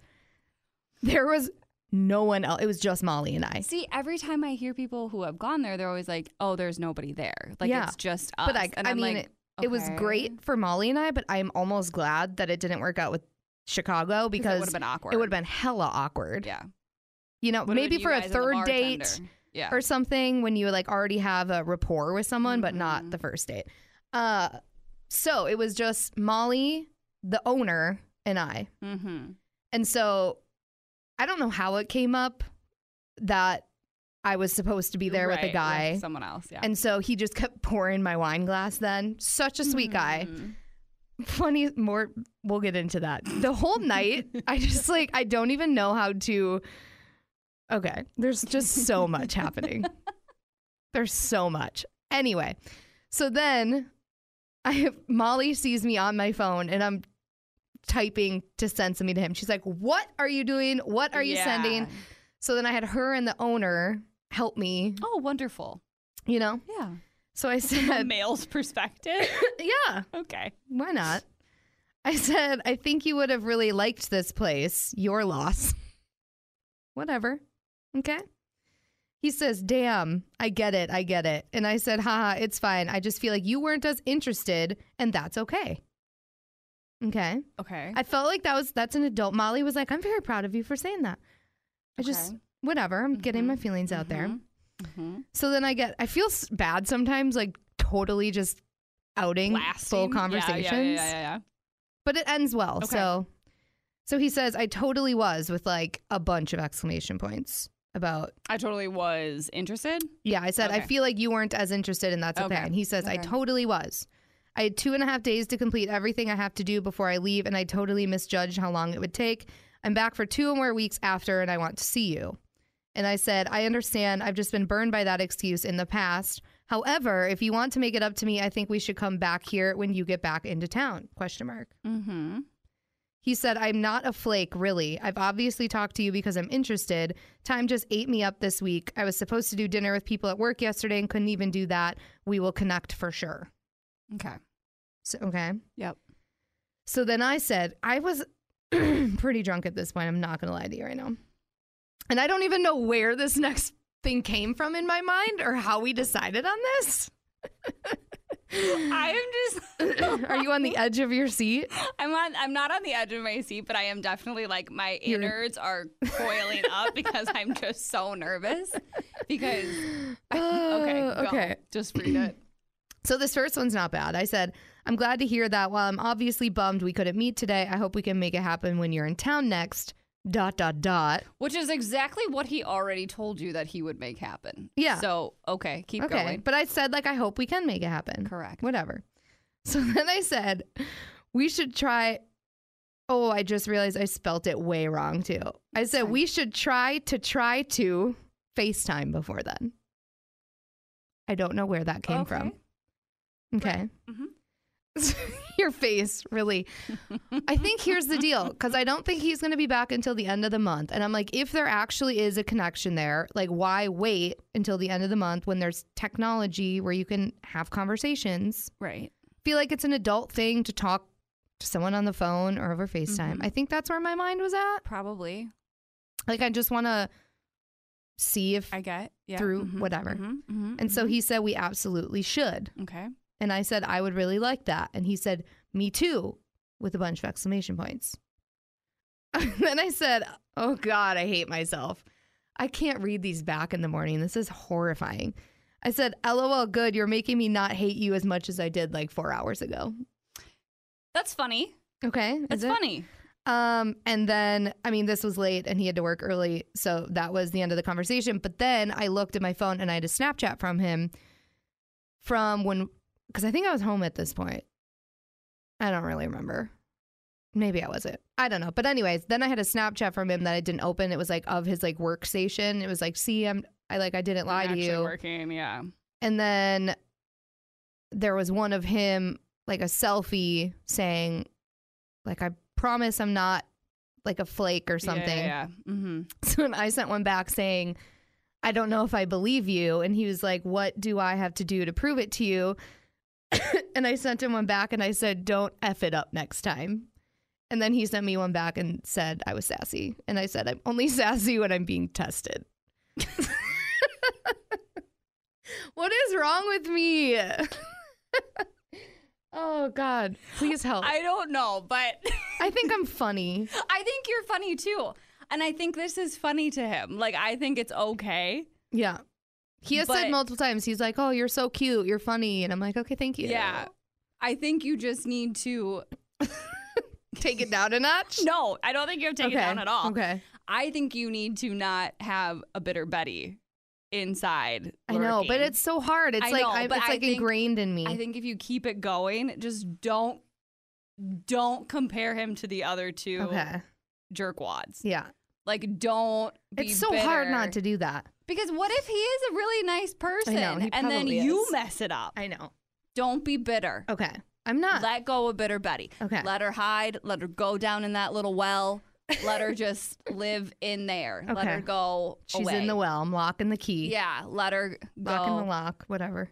C: there was no one else. It was just Molly and I.
D: See, every time I hear people who have gone there, they're always like, "Oh, there's nobody there. Like
C: Yeah.
D: it's just us."
C: But I,
D: and
C: I
D: I'm
C: mean,
D: like,
C: it, it was
D: "Okay."
C: great for Molly and I. But I'm almost glad that it didn't work out with Chicago
D: because it would
C: because
D: have been awkward.
C: it would have been hella awkward.
D: Yeah.
C: You know,
D: Would've
C: maybe
D: been
C: for
D: you
C: a
D: guys and the
C: third date
D: bartender. Yeah.
C: or something when you like already have a rapport with someone, but not
D: Mhm.
C: the first date. Uh, so it was just Molly, the owner, and I.
D: mm-hmm.
C: And so I don't know how it came up that I was supposed to be there with a guy.
D: someone else. Yeah.
C: and so he just kept pouring my wine glass then. Such a sweet guy.
D: Mm.
C: Funny more we'll get into that. The whole night, I just like I don't even know how to Okay. There's just so much happening. There's so much. Anyway, so then I Molly sees me on my phone and I'm typing to send something to him. She's like, "What are you doing? What are you
D: Yeah.
C: sending?" So then I had her and the owner help me,
D: Oh, wonderful.
C: you know?
D: Yeah.
C: So I (laughs)
D: A
C: said,
D: male's
C: (laughs)
D: perspective.
C: "Yeah,
D: Okay.
C: why not?" I said, "I think you would have really liked this place. Your loss." Whatever. Okay. He says, "Damn, I get it. I get it." And I said, "Haha, it's fine. I just feel like you weren't as interested, and that's okay." Okay.
D: Okay.
C: I felt like that was that's an adult. Molly was like, "I'm very proud of you for saying that." I just
D: Okay. Mm-hmm.
C: whatever. I'm getting my feelings out there.
D: Mhm.
C: So then I get I feel s- bad sometimes, like totally just outing full
D: Mm-hmm. Blasting. Yeah, yeah, yeah,
C: conversations,
D: Yeah, yeah, yeah.
C: but it ends well.
D: Okay.
C: So, so he says I totally was with like a bunch of exclamation points about
D: I totally was interested.
C: yeah. I said I
D: Okay.
C: feel like you weren't as interested, and that's okay.
D: Okay.
C: And he says I
D: Okay.
C: totally was. I had two and a half days to complete everything I have to do before I leave, and I totally misjudged how long it would take. I'm back for two more weeks after, and I want to see you. And I said, I understand. I've just been burned by that excuse in the past. However, if you want to make it up to me, I think we should come back here when you get back into town. Question mark.
D: Mm-hmm.
C: He said, I'm not a flake, really. I've obviously talked to you because I'm interested. Time just ate me up this week. I was supposed to do dinner with people at work yesterday and couldn't even do that. We will connect for sure.
D: Okay.
C: So, okay.
D: Yep.
C: So then I said, I was (clears throat) pretty drunk at this point. I'm not going to lie to you right now. And I don't even know where this
D: (laughs)
C: next thing came from in my mind or how we decided on this.
D: I
C: (laughs)
D: am just (laughs)
C: Are you on the edge of your seat?
D: I'm on I'm not on the edge of my seat, but I am definitely like my
C: You're-
D: innards are coiling up because I'm just
C: (laughs)
D: so nervous. Because (laughs) okay,
C: Uh,
D: go.
C: okay.
D: Just read it.
C: So this first one's not bad. I said, I'm glad to hear that. While I'm obviously bummed we couldn't meet today, I hope we can make it happen when you're in town next. Dot dot dot.
D: Which is exactly what he already told you that he would make happen.
C: Yeah.
D: So okay, keep
C: okay.
D: going.
C: But I said like I hope we can make it happen.
D: Correct.
C: Whatever. (laughs) So then I said, we should try. Oh, I just realized I spelt it way wrong too. I said we should try to try to FaceTime before then. I don't know where that came from. Okay. (laughs) Your face, really. I think here's the deal because I don't think he's going to be back until the end of the month. And I'm like, if there actually is a connection there, like, why wait until the end of the month when there's technology where you can have conversations?
D: Right.
C: Feel like it's an adult thing to talk to someone on the phone or over FaceTime.
D: Mm-hmm.
C: I think that's where my mind was at.
D: Probably.
C: Like, I just want to see if.
D: I get. Yeah.
C: Through
D: Mhm,
C: whatever.
D: mhm, mhm,
C: and so
D: mhm.
C: he said, we absolutely should.
D: Okay.
C: And I said, I would really like that. And he said, Me too, with a bunch of exclamation points. (laughs) And then I said, Oh God, I hate myself. I can't read these back in the morning. This is horrifying. I said, LOL, good. You're making me not hate you as much as I did like four hours ago.
D: That's funny.
C: Okay. is
D: That's
C: it?
D: funny.
C: Um, and then, I mean, this was late and he had to work early. So that was the end of the conversation. But then I looked at my phone and I had a Snapchat from him from when, because I think I was home at this point. I don't really remember. Maybe I wasn't. I don't know. But, anyways, then I had a Snapchat from him that I didn't open. It was like of his like workstation. It was like, see, I'm, I like, I didn't lie to
D: Actually
C: you.
D: Working. Yeah.
C: And then there was one of him, like a selfie saying, like, I promise I'm not like a flake or something.
D: Yeah. yeah, yeah. Mm-hmm.
C: (laughs) So then I sent one back saying, I don't know if I believe you. And he was like, What do I have to do to prove it to you? (coughs) and I sent him one back and I said, Don't F it up next time. And then he sent me one back and said I was sassy. And I said, I'm only (laughs) sassy when I'm being tested. (laughs) what is wrong with me? (laughs) oh, God. Please help. I,
D: I don't know, but (laughs)
C: think I'm funny.
D: I think you're funny too. And I think this is funny to him. Like I think it's okay.
C: Yeah. He has said
D: But-
C: multiple times, he's like, Oh, you're so cute. You're funny. And I'm like, Okay, thank you.
D: Yeah. I think you just need to
C: Take it down a notch.
D: (laughs) No, I don't think you have to take it down at all.
C: Okay.
D: I think you need to not have a bitter Betty inside.
C: I know, but
D: lurking.
C: it's so hard. It's
D: I
C: like
D: know,
C: I, it's
D: but I
C: like
D: think-
C: ingrained in me.
D: I think if you keep it going, just don't don't compare him to the other two
C: okay.
D: jerkwads.
C: Yeah.
D: Like don't be
C: It's so hard
D: bitter.
C: not to do that.
D: Because what if he is a really nice person
C: he
D: and then
C: probably
D: you
C: is.
D: mess it up?
C: I know.
D: Don't be bitter.
C: Okay. I'm not.
D: Let go of bitter Betty.
C: Okay.
D: Let her hide. Let her go down in that little well. Let
C: (laughs)
D: her just live in there. Let
C: Okay.
D: her go.
C: She's
D: away.
C: in the well. I'm locking the key.
D: Yeah. Let her go.
C: Locking the lock. Whatever.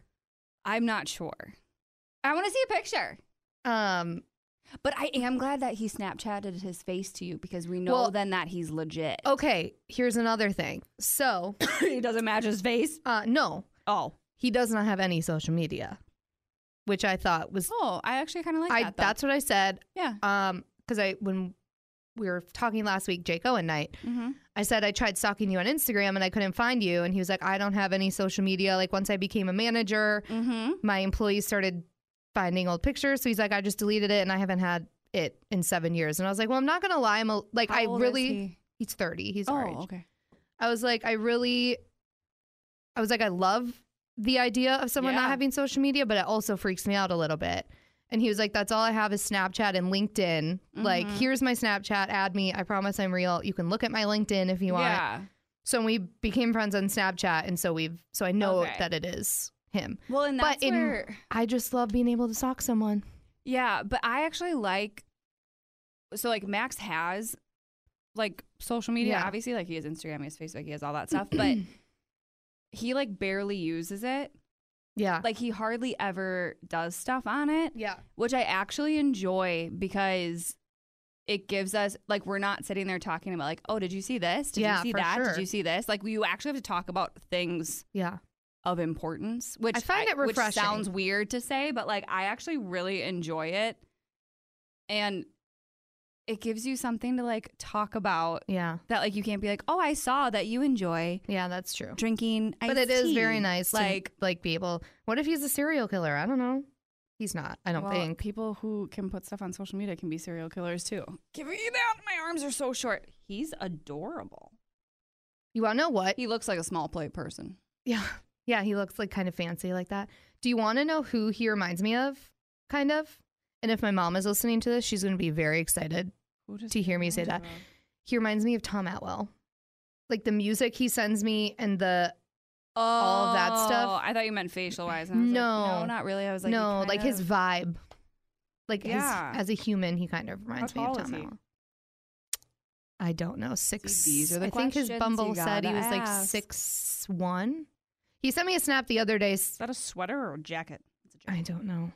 D: I'm not sure. I want to see a picture.
C: Um.
D: But I am glad that he Snapchatted his face to you because we know
C: Well-
D: then that
C: (laughs)
D: he's legit.
C: Okay. Here's another thing. So,
D: he doesn't match his face.
C: uh, no,
D: Oh.
C: he does not have any social media, which I thought was.
D: Oh, I actually kind of like
C: I.
D: that. though.
C: that's what I said.
D: yeah.
C: Um. Because I when we were talking last week, Jake Owen night.
D: hmm
C: I said I tried stalking you on Instagram and I couldn't find you. And he was like, I don't have any social media. Like once I became a manager,
D: hmm
C: my employees started finding old pictures. So he's like, I just deleted it and I haven't had it in seven years. And I was like, Well, I'm not gonna lie. I'm a, like, I really he's thirty. He's our age.
D: Oh, okay.
C: I was like, I really, I was like, I love the idea of someone
D: Yeah.
C: not having social media, but it also freaks me out a little bit. And he was like, That's all I have is Snapchat and LinkedIn. Like,
D: Mhm.
C: here's my Snapchat. Add me. I promise I'm real. You can look at my LinkedIn if you want.
D: Yeah.
C: So we became friends on Snapchat, and so we've so I know
D: Okay.
C: that it is him.
D: Well, and
C: But
D: that's
C: in-
D: where.
C: I just love being able to stalk someone.
D: Yeah, but I actually like. So like Max has, like social media.
C: Yeah.
D: Obviously, like he has Instagram, he has Facebook, he has all that stuff,
C: (clears throat)
D: but he like barely uses it.
C: Yeah,
D: Like he hardly ever does stuff on it,
C: yeah,
D: which I actually enjoy because it gives us like we're not sitting there talking about like oh did you see this did
C: Yeah,
D: you see
C: for
D: that
C: sure.
D: did you see this like you actually have to talk about things
C: yeah.
D: of importance, which
C: I find it
D: Which sounds
C: refreshing.
D: weird to say, but like I actually really enjoy it, and it gives you something to like talk about
C: Yeah.
D: that like you can't be like, oh, I saw that you enjoy
C: Yeah, that's true.
D: drinking,
C: But
D: iced
C: it is very
D: tea."
C: nice
D: Like
C: to like be able. What if he's a serial killer? I don't know. He's not. I don't
D: Well,
C: think.
D: people who can put stuff on social media can be serial killers too. Give me that! My arms are so short. He's adorable.
C: You want to know what?
D: He looks like a small plate person.
C: (laughs) Yeah. Yeah, he looks like kind of fancy like that. Do you want to know who he reminds me of? Kind of. And if my mom is listening to this, she's going to be very excited.
D: Who does
C: To
D: he
C: hear me say
D: remind
C: that.
D: you of?
C: He reminds me of Tom Atwell. Like the music he sends me and the
D: Oh,
C: All that stuff.
D: I thought you meant facial wise. And I was like,
C: No.
D: no, not really. I was like, he
C: no,
D: kind
C: like his
D: of-
C: vibe. Like
D: Yeah.
C: his, as a human, he kind of reminds me of
D: tall
C: Tom
D: is he?
C: Atwell. I don't know. Six.
D: these are the
C: I think his
D: questions you
C: Bumble said he
D: gotta
C: was like
D: ask.
C: six one. He sent me a snap the other day s-
D: Is that a sweater or a jacket? It's a
C: I
D: jacket.
C: don't know.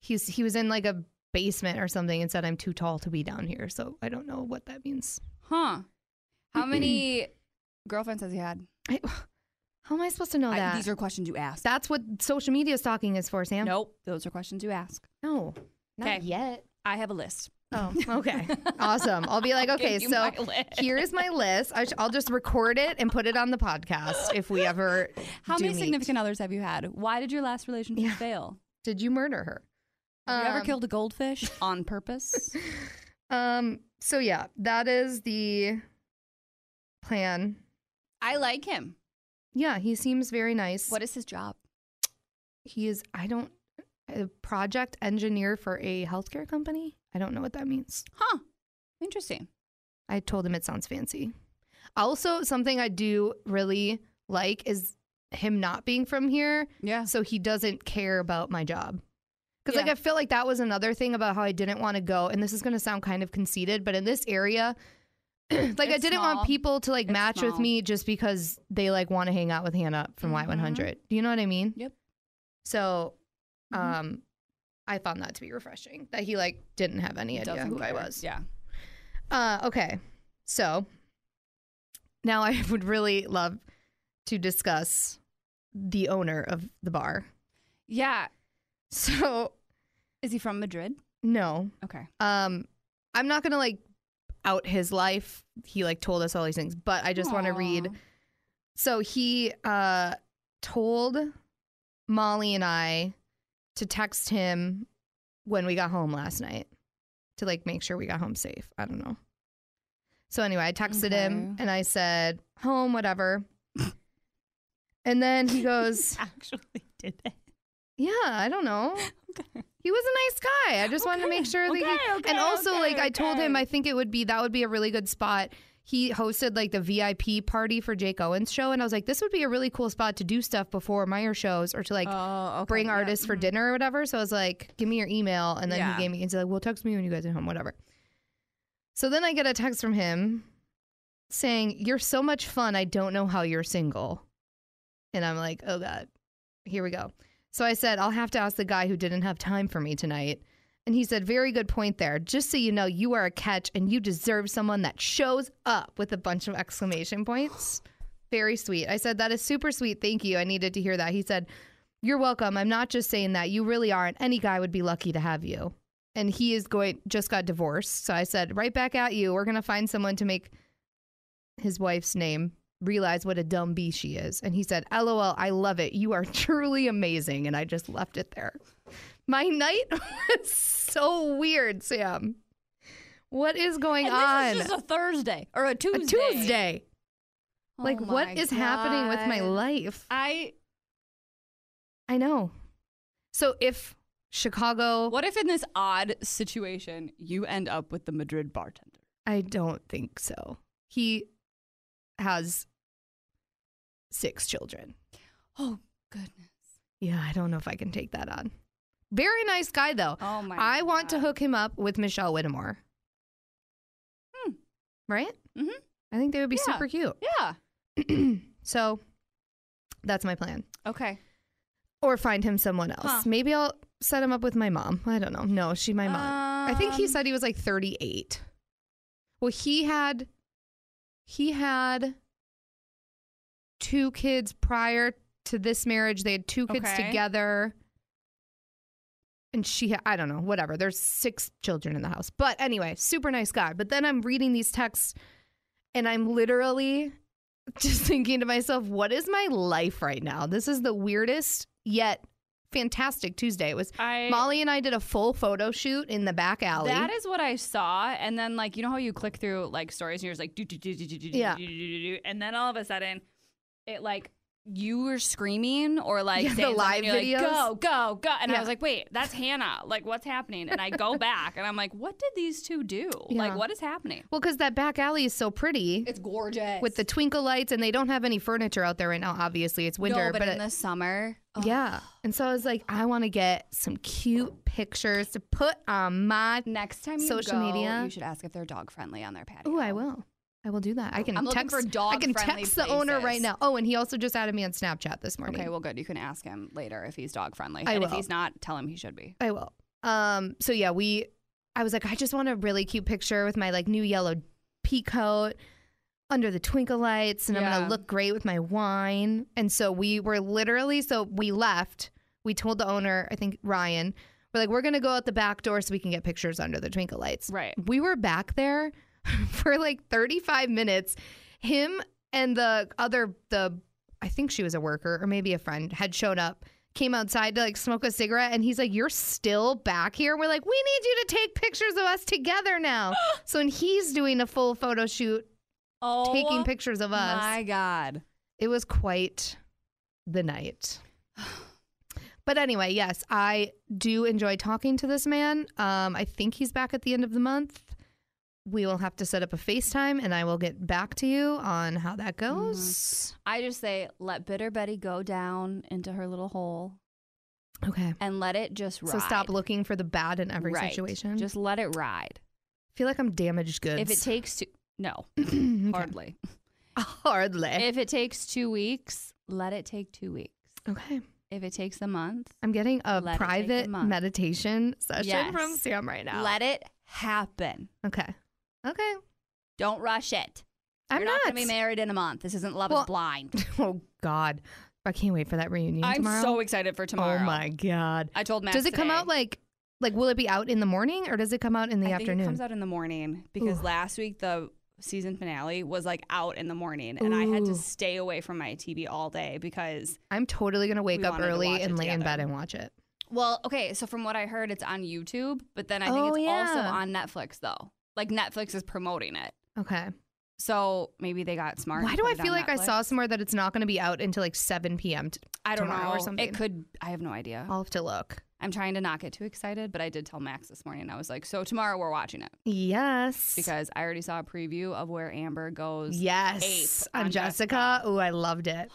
C: He's he was in like a basement or something and said I'm too tall to be down here, so I don't know what that means.
D: Huh?
C: (clears throat)
D: How many girlfriends has he had?
C: I, (sighs) how am I supposed to know
D: I-
C: that?
D: these are questions you ask.
C: That's what social media stalking is for, Sam.
D: nope, those are questions you ask.
C: No. Not
D: 'Kay.
C: yet.
D: I have a list.
C: Oh, okay. (laughs) awesome. I'll be like,
D: I'll give
C: okay,
D: you
C: so
D: my list.
C: here is my list. I sh- I'll just record it and put it on the podcast if we ever
D: (laughs) How
C: do
D: many
C: meet.
D: significant others have you had? Why did your last relationship
C: Yeah.
D: fail?
C: Did you murder her?
D: Have you ever
C: Um,
D: killed a goldfish on
C: (laughs)
D: purpose?
C: Um so yeah, that is the plan.
D: I like him.
C: Yeah, he seems very nice.
D: What is his job?
C: he is i don't a project engineer for a healthcare company i don't know what that means
D: Huh. Interesting.
C: i told him it sounds fancy also something i do really like is him not being from here
D: Yeah.
C: so he doesn't care about my job because like
D: Yeah.
C: i feel like that was another thing about how i didn't want to go and this is going to sound kind of conceited but in this area (clears throat) like i
D: It's
C: didn't
D: small.
C: want people to like
D: It's
C: match with
D: small.
C: me just because they like want to hang out with hannah from
D: Mhm.
C: y100 do you know what i mean
D: Yep.
C: So,
D: Mhm.
C: um, I found that to be refreshing that he like didn't have any idea
D: Doesn't
C: who I
D: care.
C: was.
D: Yeah.
C: Uh, okay. So now I (laughs) would really love to discuss the owner of the bar.
D: Yeah.
C: So (laughs)
D: Is he from Madrid?
C: no,
D: Okay.
C: um, I'm not gonna like out his life. He like told us all these things, but I just want to read
D: Aw.
C: So he uh, told Molly and I to text him when we got home last night to like make sure we got home safe. I don't know. So anyway, I texted him
D: Okay.
C: and I said, home, whatever. and then
D: (laughs)
C: he goes,
D: Actually, did it.
C: yeah, I don't know.
D: Okay.
C: He was a nice guy. I just wanted to make
D: Okay,
C: sure that he
D: okay, okay,
C: and also
D: okay,
C: like I told him
D: okay.
C: I think it would be that would be a really good spot. He hosted like the VIP party for Jake Owens show and I was like this would be a really cool spot to do stuff before Meyer shows or to like
D: oh, okay.
C: bring
D: yeah.
C: artists for
D: Mhm.
C: dinner or whatever. So I was like give me your email and then
D: Yeah.
C: he gave me he's like well text me when you guys are home whatever. So then I get a text from him saying you're so much fun I don't know how you're single. And I'm like oh god. Here we go. So I said, I'll have to ask the guy who didn't have time for me tonight. And he said, Very good point there. Just so you know, you are a catch and you deserve someone that shows up with a bunch of exclamation points. Very sweet. I said, That is super sweet. Thank you. I needed to hear that. He said, You're welcome. I'm not just saying that. You really aren't. Any guy would be lucky to have you. And he is going, just got divorced. So I said, Right back at you. We're going to find someone to make his wife's name realize what a dumb bee she is. And he said, LOL, I love it. You are (laughs) truly amazing. And I just left it there. My night (laughs) was so weird, Sam. What is going
D: And
C: on?
D: this is just a Thursday or a
C: a
D: Tuesday.
C: Tuesday.
D: Oh
C: like, what
D: my
C: is happening with my
D: God.
C: life?
D: I.
C: I know. So if Chicago,
D: What if in this odd situation you end up with the Madrid bartender?
C: I don't think so. He has six children.
D: Oh goodness.
C: Yeah, I don't know if I can take that on. Very nice guy, though.
D: Oh my.
C: I want to
D: God.
C: hook him up with Michelle Whittemore.
D: Hmm.
C: Right?
D: Mhm.
C: I think they would be
D: Yeah.
C: super cute.
D: Yeah.
C: so that's my plan.
D: Okay.
C: Or find him someone else.
D: Huh.
C: Maybe I'll set him up with my mom. I don't know. No, she my mom. I think he
D: Um,
C: said he was like 38. Well, he had he had two kids prior to this marriage. They had two kids
D: Okay.
C: together. And she, ha- I don't know, whatever. There's six children in the house. But anyway, super nice guy. But then I'm reading these texts and I'm literally just (laughs) thinking to myself, what is my life right now? This is the weirdest yet fantastic Tuesday. It was
D: I
C: Molly and I did a full photo shoot in the back alley.
D: That is what I saw, and then like you know how you click through like stories and you're just like do do do do do do
C: Yeah.
D: do do do do, and then all of a sudden, it like you were screaming or like
C: Yeah, the
D: saying something,
C: live
D: and you're like,
C: videos.
D: go go go, and I
C: Yeah.
D: was like wait that's Hannah like what's happening? And I go back and I'm like what did these two do? Like
C: Yeah.
D: what is happening?
C: well, because that back alley is so pretty.
D: It's gorgeous
C: with the twinkle lights and they don't have any furniture out there right now obviously it's winter
D: no, but, in
C: it-
D: the summer, oh,
C: (gasps) yeah and so i was like i want to get some cute pictures to put on my
D: Next time you
C: Social
D: go,
C: media.
D: you should ask if they're dog friendly on their patio.
C: oh i will i will do that i can
D: I'm looking
C: text
D: for
C: i can
D: dog-friendly
C: text the owner right
D: places.
C: now oh and he also just added me on snapchat this morning
D: Okay, well, good. You can ask him later if he's dog friendly.
C: I
D: and if
C: will.
D: he's not, tell him he should be.
C: i will um so yeah we i was like i just want a really cute picture with my like new yellow peacoat under the twinkle lights and i'm
D: Yeah.
C: gonna look great with my wine and so we were literally so we left we told the owner i think ryan we're like we're gonna go out the back door so we can get pictures under the twinkle lights
D: Right.
C: we were back there (laughs) for like 35 minutes him and the other the i think she was a worker or maybe a friend had shown up came outside to like smoke a cigarette and he's like you're still back here we're like we need you to take pictures of us together
D: (gasps)
C: now so and he's doing a full photo shoot
D: Oh,
C: taking pictures of us
D: My God.
C: it was quite the
D: (sighs)
C: night. But anyway, yes, I do enjoy talking to this man. Um, I think he's back at the end of the month. We will have to set up a FaceTime and I will get back to you on how that goes.
D: I just say, let Bitter Betty go down into her little hole
C: Okay.
D: and let it just ride.
C: So stop looking for the bad in every
D: Mm-hmm. Right.
C: situation. Just
D: Just let it ride.
C: feel like I'm damaged goods. (clears throat)
D: If it takes two, no,
C: Okay. Eh.
D: hardly.
C: (laughs) hardly.
D: If it takes two weeks, let it take two weeks.
C: okay.
D: If it takes a month,
C: I'm getting a
D: Let it take a
C: private
D: month.
C: meditation session from
D: Yes.
C: Sam right now.
D: let it happen.
C: okay. Okay.
D: Don't rush it.
C: I'm
D: You're not, going to be married in a month. This isn't Love
C: Well, (laughs)
D: is Blind.
C: Oh God, I can't wait for that reunion tomorrow.
D: excited for
C: Oh my God.
D: I told Max.
C: does it come
D: today.
C: out like like will it be out in the morning or does it come out in the
D: I
C: afternoon?
D: Think it comes out in the morning because
C: Ooh.
D: last week the season finale was like out in the morning, and I had to
C: Ooh.
D: stay away from my TV all day because.
C: I'm totally gonna wake
D: We
C: up
D: wanted to watch
C: early
D: it
C: and lay in bed
D: together.
C: and watch it.
D: Well, okay, so from what I heard, it's on YouTube, but then I think
C: Oh,
D: it's also
C: yeah.
D: on Netflix though. Like Netflix is promoting it,
C: Okay.
D: so maybe they got smart.
C: Why
D: and
C: do
D: put
C: I
D: it
C: feel
D: on
C: like I
D: Netflix.
C: saw somewhere that it's not gonna be out until like 7 p.m. T-
D: I don't know.
C: tomorrow or something? Oh.
D: It could. I have no idea.
C: I'll have to look.
D: I'm trying to not get too excited, but I did tell Max this morning. I was like, "So tomorrow we're watching it
C: Yes.
D: because I already saw a preview of where Amber goes."
C: Yes,
D: ape on
C: on Jessica. Ooh, I loved it.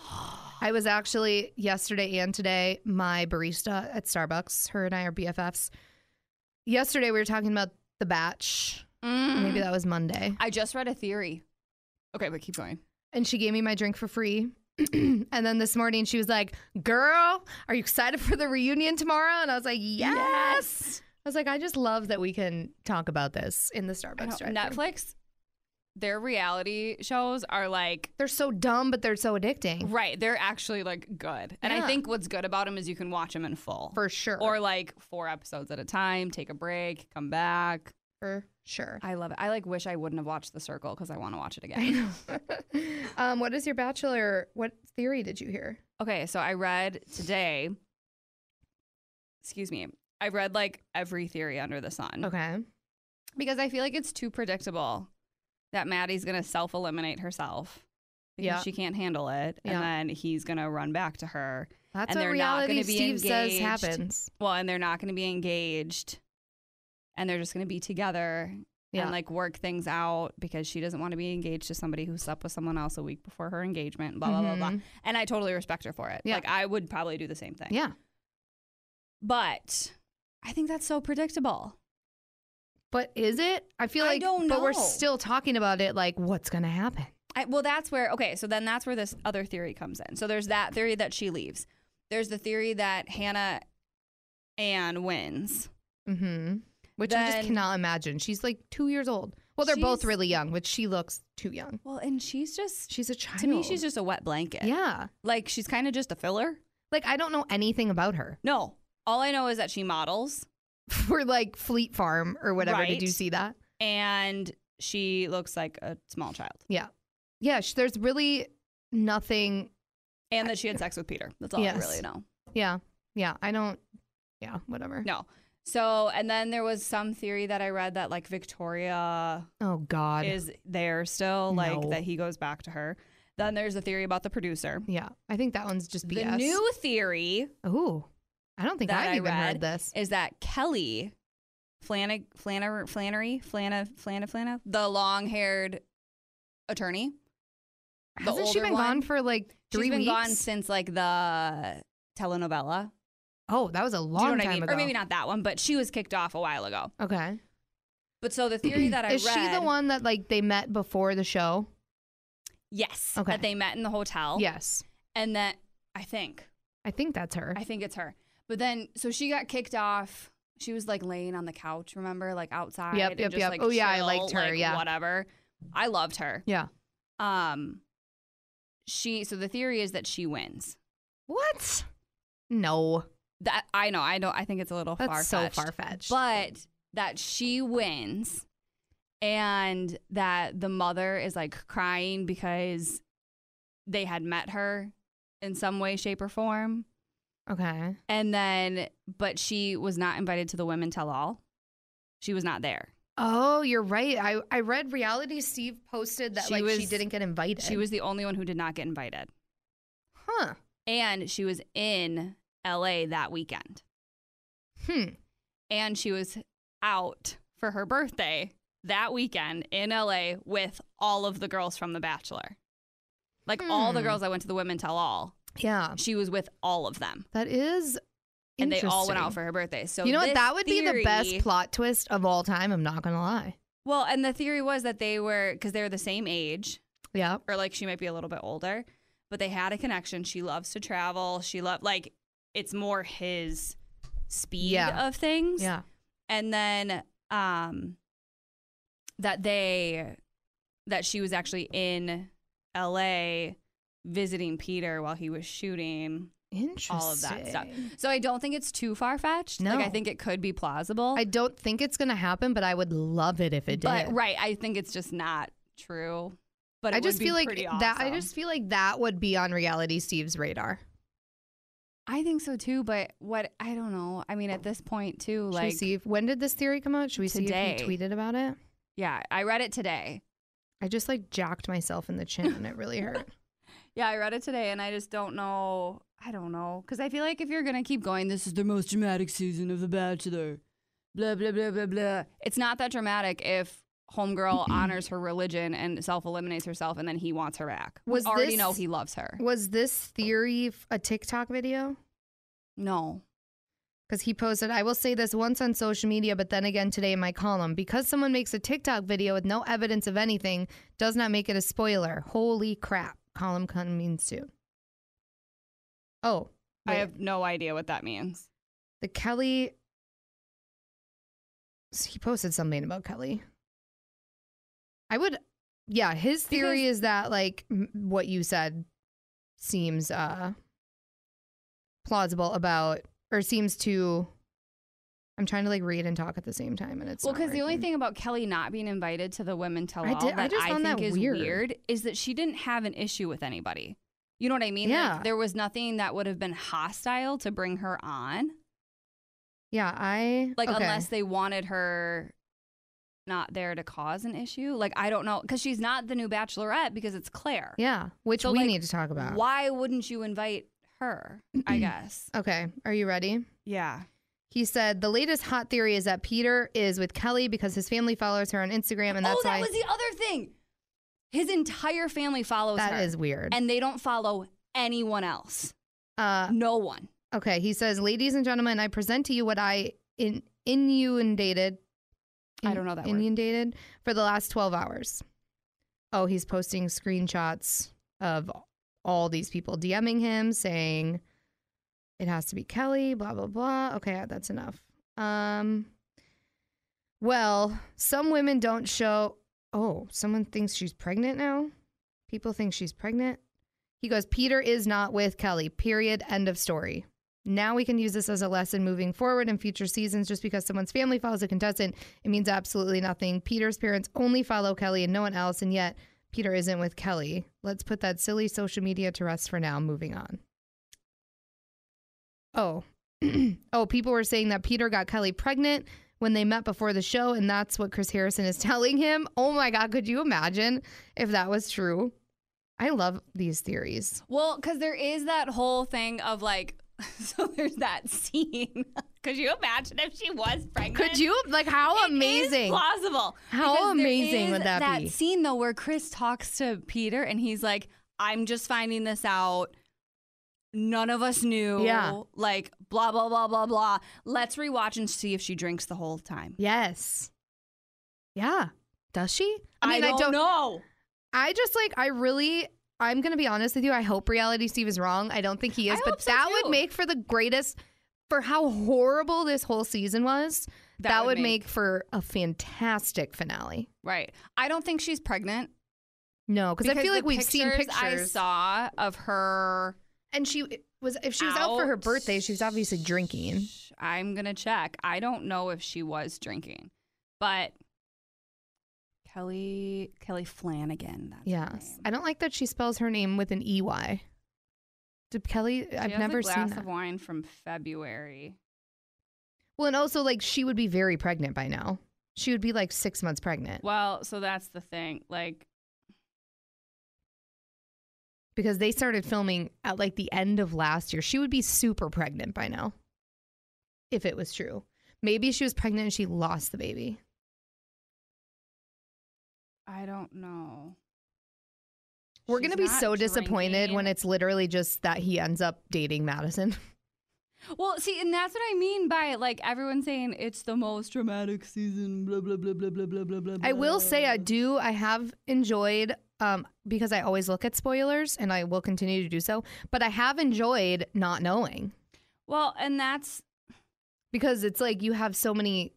C: I was actually yesterday and today my barista at Starbucks. Her and I are BFFs. Yesterday we were talking about the batch.
D: Mm.
C: Maybe that was Monday,
D: I just read a theory. Okay, but keep going.
C: and she gave me my drink for free. (clears throat) and then this morning she was like, "Girl, are you excited for the reunion tomorrow?" And I was like, "Yes." I was like, "I just love that we can talk about this in the
D: I
C: Starbucks."
D: don't-
C: drive-thru."
D: Netflix, their reality shows are like
C: They're so dumb, but they're so addicting
D: right. They're actually like good, and I
C: Yeah.
D: think what's good about them is you can watch them in full,
C: for sure.
D: or like four episodes at a time. Take a break, come back.
C: for sure.
D: I love it. I like wish I wouldn't have watched The Circle because I want to watch it
C: I
D: again.
C: know. (laughs) um, what is your bachelor? What theory did you hear?
D: Okay, so I read today. Excuse me. I read like every theory under the sun.
C: Okay.
D: because I feel like it's too predictable that Maddie's gonna self eliminate herself because
C: Yeah.
D: she can't handle it,
C: Yeah.
D: and then he's gonna run back to her.
C: That's
D: And
C: what
D: they're not
C: reality
D: gonna be
C: Steve says
D: engaged.
C: happens.
D: Well, and they're not gonna be engaged, and they're just gonna be together
C: Yeah.
D: and like work things out because she doesn't want to be engaged to somebody who slept with someone else a week before her engagement. Blah blah blah blah.
C: Mhm.
D: And I totally respect her for it.
C: Yeah.
D: Like I would probably do the same thing.
C: Yeah.
D: But I think that's so predictable.
C: But is it? I feel
D: I
C: like
D: don't
C: but we're
D: know.
C: still talking about it like what's gonna happen.
D: I, well, that's where okay. So then that's where this other theory comes in. So there's that theory that she leaves. There's the theory that Hannah Ann wins.
C: Mm-hmm. Which I
D: Then-
C: just cannot imagine. She's like two years old. Well, they're both
D: She's-
C: really young, but she looks too young.
D: Well, and she's just
C: She's a child.
D: to me, she's just a wet blanket.
C: yeah.
D: Like she's kind of just a filler.
C: Like I don't know anything about her. (laughs)
D: No. All I know is that she models
C: For like Fleet Farm or whatever. Did you
D: Right.
C: see that?
D: and she looks like a small child.
C: Yeah. Yeah. sh- There's really nothing.
D: And that she had sex with Peter. That's all
C: Yes.
D: I really know.
C: Yeah. Yeah. I don't. Yeah. Whatever.
D: No. So, and then there was some theory that I read that like Victoria
C: Oh God.
D: is there still, like
C: No.
D: that he goes back to her. Then there's a theory about the producer.
C: yeah. I think that one's just BS.
D: The new theory
C: Ooh. I don't think
D: that
C: I've
D: I
C: even heard
D: read
C: this.
D: is that Kelly Flannery, Flannery, Flannery, Flanna, Flanna, Flanna, the long haired attorney. the
C: Hasn't she
D: older
C: been
D: one.
C: gone for like 3
D: She's been
C: weeks?
D: gone since like the telenovela.
C: oh, that was a
D: Do you know
C: long
D: what
C: time
D: I mean?
C: ago.
D: Or maybe not that one, but she was kicked off a while ago.
C: Okay.
D: But so the theory that
C: (clears throat)
D: I
C: Is
D: read
C: she the one that like they met before the show?
D: Yes.
C: Okay.
D: That they met in the hotel.
C: Yes.
D: And that I think.
C: I think that's her.
D: I think it's her. But then so she got kicked off. She was like laying on the couch, remember? Like outside.
C: Yep,
D: and
C: yep,
D: just,
C: yep.
D: Like,
C: Oh, yeah, I
D: chill,
C: liked her,
D: like,
C: yeah.
D: Whatever. I loved her.
C: yeah.
D: Um she so the theory is that she wins.
C: What? No.
D: That I know, I don't I think it's a little
C: That's so
D: far-fetched.
C: far fetched.
D: but that she wins and that the mother is like crying because they had met her in some way shape or form
C: okay.
D: and then but she was not invited to the women tell all she was not there
C: Oh, you're right. I, I read reality Steve posted that
D: She
C: like she
D: was-
C: didn't get invited.
D: she was the only one who did not get invited
C: Huh.
D: and she was in la that weekend
C: Hmm.
D: and she was out for her birthday that weekend in LA with all of the girls from The Bachelor. Like all the
C: Hmm. Um,
D: girls that went to the Women Tell All,
C: Yeah.
D: she was with all of them.
C: That is
D: And they all
C: interesting.
D: went out for her birthday. So
C: you know what?
D: this
C: That would be the best
D: theory-
C: plot twist of all time. I'm not gonna lie.
D: Well, and the theory was that they were because they were the same age,
C: Yeah.
D: or like she might be a little bit older, but they had a connection. She loves to travel. She loved like it's more his speed
C: Yeah.
D: of things.
C: Yeah.
D: and then um that they that she was actually in LA visiting Peter while he was shooting
C: Interesting.
D: all of that stuff. So I don't think it's too far fetched. Like
C: No.
D: I think it could be plausible.
C: I don't think it's gonna happen, but I would love it if it did.
D: but right, I think it's just not true. But it
C: I
D: would
C: just
D: be
C: feel like
D: pretty
C: that. I
D: awesome.
C: just feel like that would be on reality Steve's radar.
D: I think so too, but what I don't know. I mean at this point too,
C: Should we
D: like
C: see if, when did this theory come out? Should we see if he
D: Today.
C: tweeted about it?
D: yeah, I read it today.
C: I just like jacked myself in the chin and it really
D: (laughs)
C: hurt.
D: Yeah, I read it today and I just don't know. I don't know. Because I feel like if you're going to keep going, this is the most dramatic season of The Bachelor. Blah, blah, blah, blah, blah. It's not that dramatic if (clears throat) Homegirl honors her religion and self eliminates herself and then he wants her back.
C: Was
D: we already
C: this-
D: know he loves her.
C: Was this theory f- a TikTok video?
D: No.
C: Because he posted, I will say this once on social media, but then again today in my column. Because someone makes a TikTok video with no evidence of anything does not make it a spoiler. Holy crap. Column coming soon. Oh,
D: I
C: wait.
D: have no idea what that means.
C: the Kelly. S- He posted something about Kelly. I would, yeah. His theory
D: Because-
C: is that like m- what you said seems uh plausible about, or seems to. I'm trying to like read and talk at the same time, and it's
D: Well,
C: because
D: because the only thing about Kelly not being invited to the women tell
C: I
D: all
C: did- I
D: that I,
C: just found
D: think
C: that
D: is
C: weird.
D: weird. is that she didn't have an issue with anybody. You know what I mean? Like,
C: Yeah.
D: there was nothing that would have been hostile to bring her on.
C: yeah, I
D: Like,
C: okay.
D: unless they wanted her not there to cause an issue. Like, I don't know. Because she's not the new bachelorette because it's Claire.
C: yeah, which
D: So,
C: we
D: like,
C: need to talk about.
D: Why wouldn't you invite her?
C: (clears throat)
D: I guess.
C: Okay, are you ready?
D: Yeah.
C: He said the latest hot theory is that Peter is with Kelly because his family follows her on Instagram, and that's
D: oh, that
C: why
D: was the other thing. His entire family follows
C: That
D: her.
C: is weird.
D: And they don't follow anyone else.
C: uh,
D: No one.
C: okay, he says, "Ladies and gentlemen, I present to you what I in inundated.
D: I don't know that word.
C: inundated for the last twelve hours." Oh, he's posting screenshots of all these people DMing him saying it has to be Kelly. Blah blah blah. Okay, that's enough. Um, well, some women don't show. Oh, someone thinks she's pregnant now? People think she's pregnant? He goes, Peter is not with Kelly, period. End of story. Now we can use this as a lesson moving forward in future seasons. Just because someone's family follows a contestant, it means absolutely nothing. Peter's parents only follow Kelly and no one else, and yet Peter isn't with Kelly. Let's put that silly social media to rest for now. Moving on. Oh, (clears throat) oh, people were saying that Peter got Kelly pregnant when they met before the show, and that's what Chris Harrison is (laughs) telling him. Oh my God, could you imagine if that was true? I love these theories.
D: Well, because there is that whole thing of like, (laughs) so there's that scene. (laughs) Could you imagine if she was pregnant?
C: Could you? Like, how
D: It is
C: amazing.
D: plausible.
C: How
D: Because there
C: amazing
D: is
C: would that be?
D: That scene though, where Chris talks to Peter and he's like, "I'm just finding this out. None of us knew.
C: Yeah.
D: Like blah blah blah blah blah. Let's rewatch and see if she drinks the whole time.
C: Yes. Yeah. Does she?
D: don't, know.
C: I just like I really I'm gonna be honest with you. I hope reality Steve is wrong. I don't think he is,
D: I
C: but
D: hope so,
C: that
D: too.
C: would make for the greatest for how horrible this whole season was. That, would make, for a fantastic finale.
D: right. I don't think she's pregnant
C: No, because I feel
D: the
C: like we've seen pictures.
D: I saw of her.
C: and she was if she was out. for her
D: out.
C: birthday, she was obviously drinking.
D: I'm gonna check. I don't know if she was drinking, but Kelly Kelly Flanagan. That's her
C: Yes,
D: name.
C: I don't like that she spells her name with an e y. Did Kelly?
D: She
C: I've
D: has
C: never
D: a glass
C: seen that.
D: of wine from February.
C: Well, and also like she would be very pregnant by now. She would be like six months pregnant
D: Well, so that's the thing. Like,
C: because they started filming at like the end of last year. She would be super pregnant by now, if it was true. Maybe she was pregnant and she lost the baby.
D: I don't know.
C: We're
D: She's
C: gonna be
D: not
C: so disappointed
D: drinking.
C: when it's literally just that he ends up dating Madison. (laughs)
D: Well, see, and that's what I mean by like everyone saying it's the most dramatic season. Blah blah blah blah blah blah blah blah.
C: I will say I
D: blah.
C: do. I have enjoyed um, because I always look at spoilers and I will continue to do so. But I have enjoyed not knowing
D: Well, and that's
C: because it's like you have so many,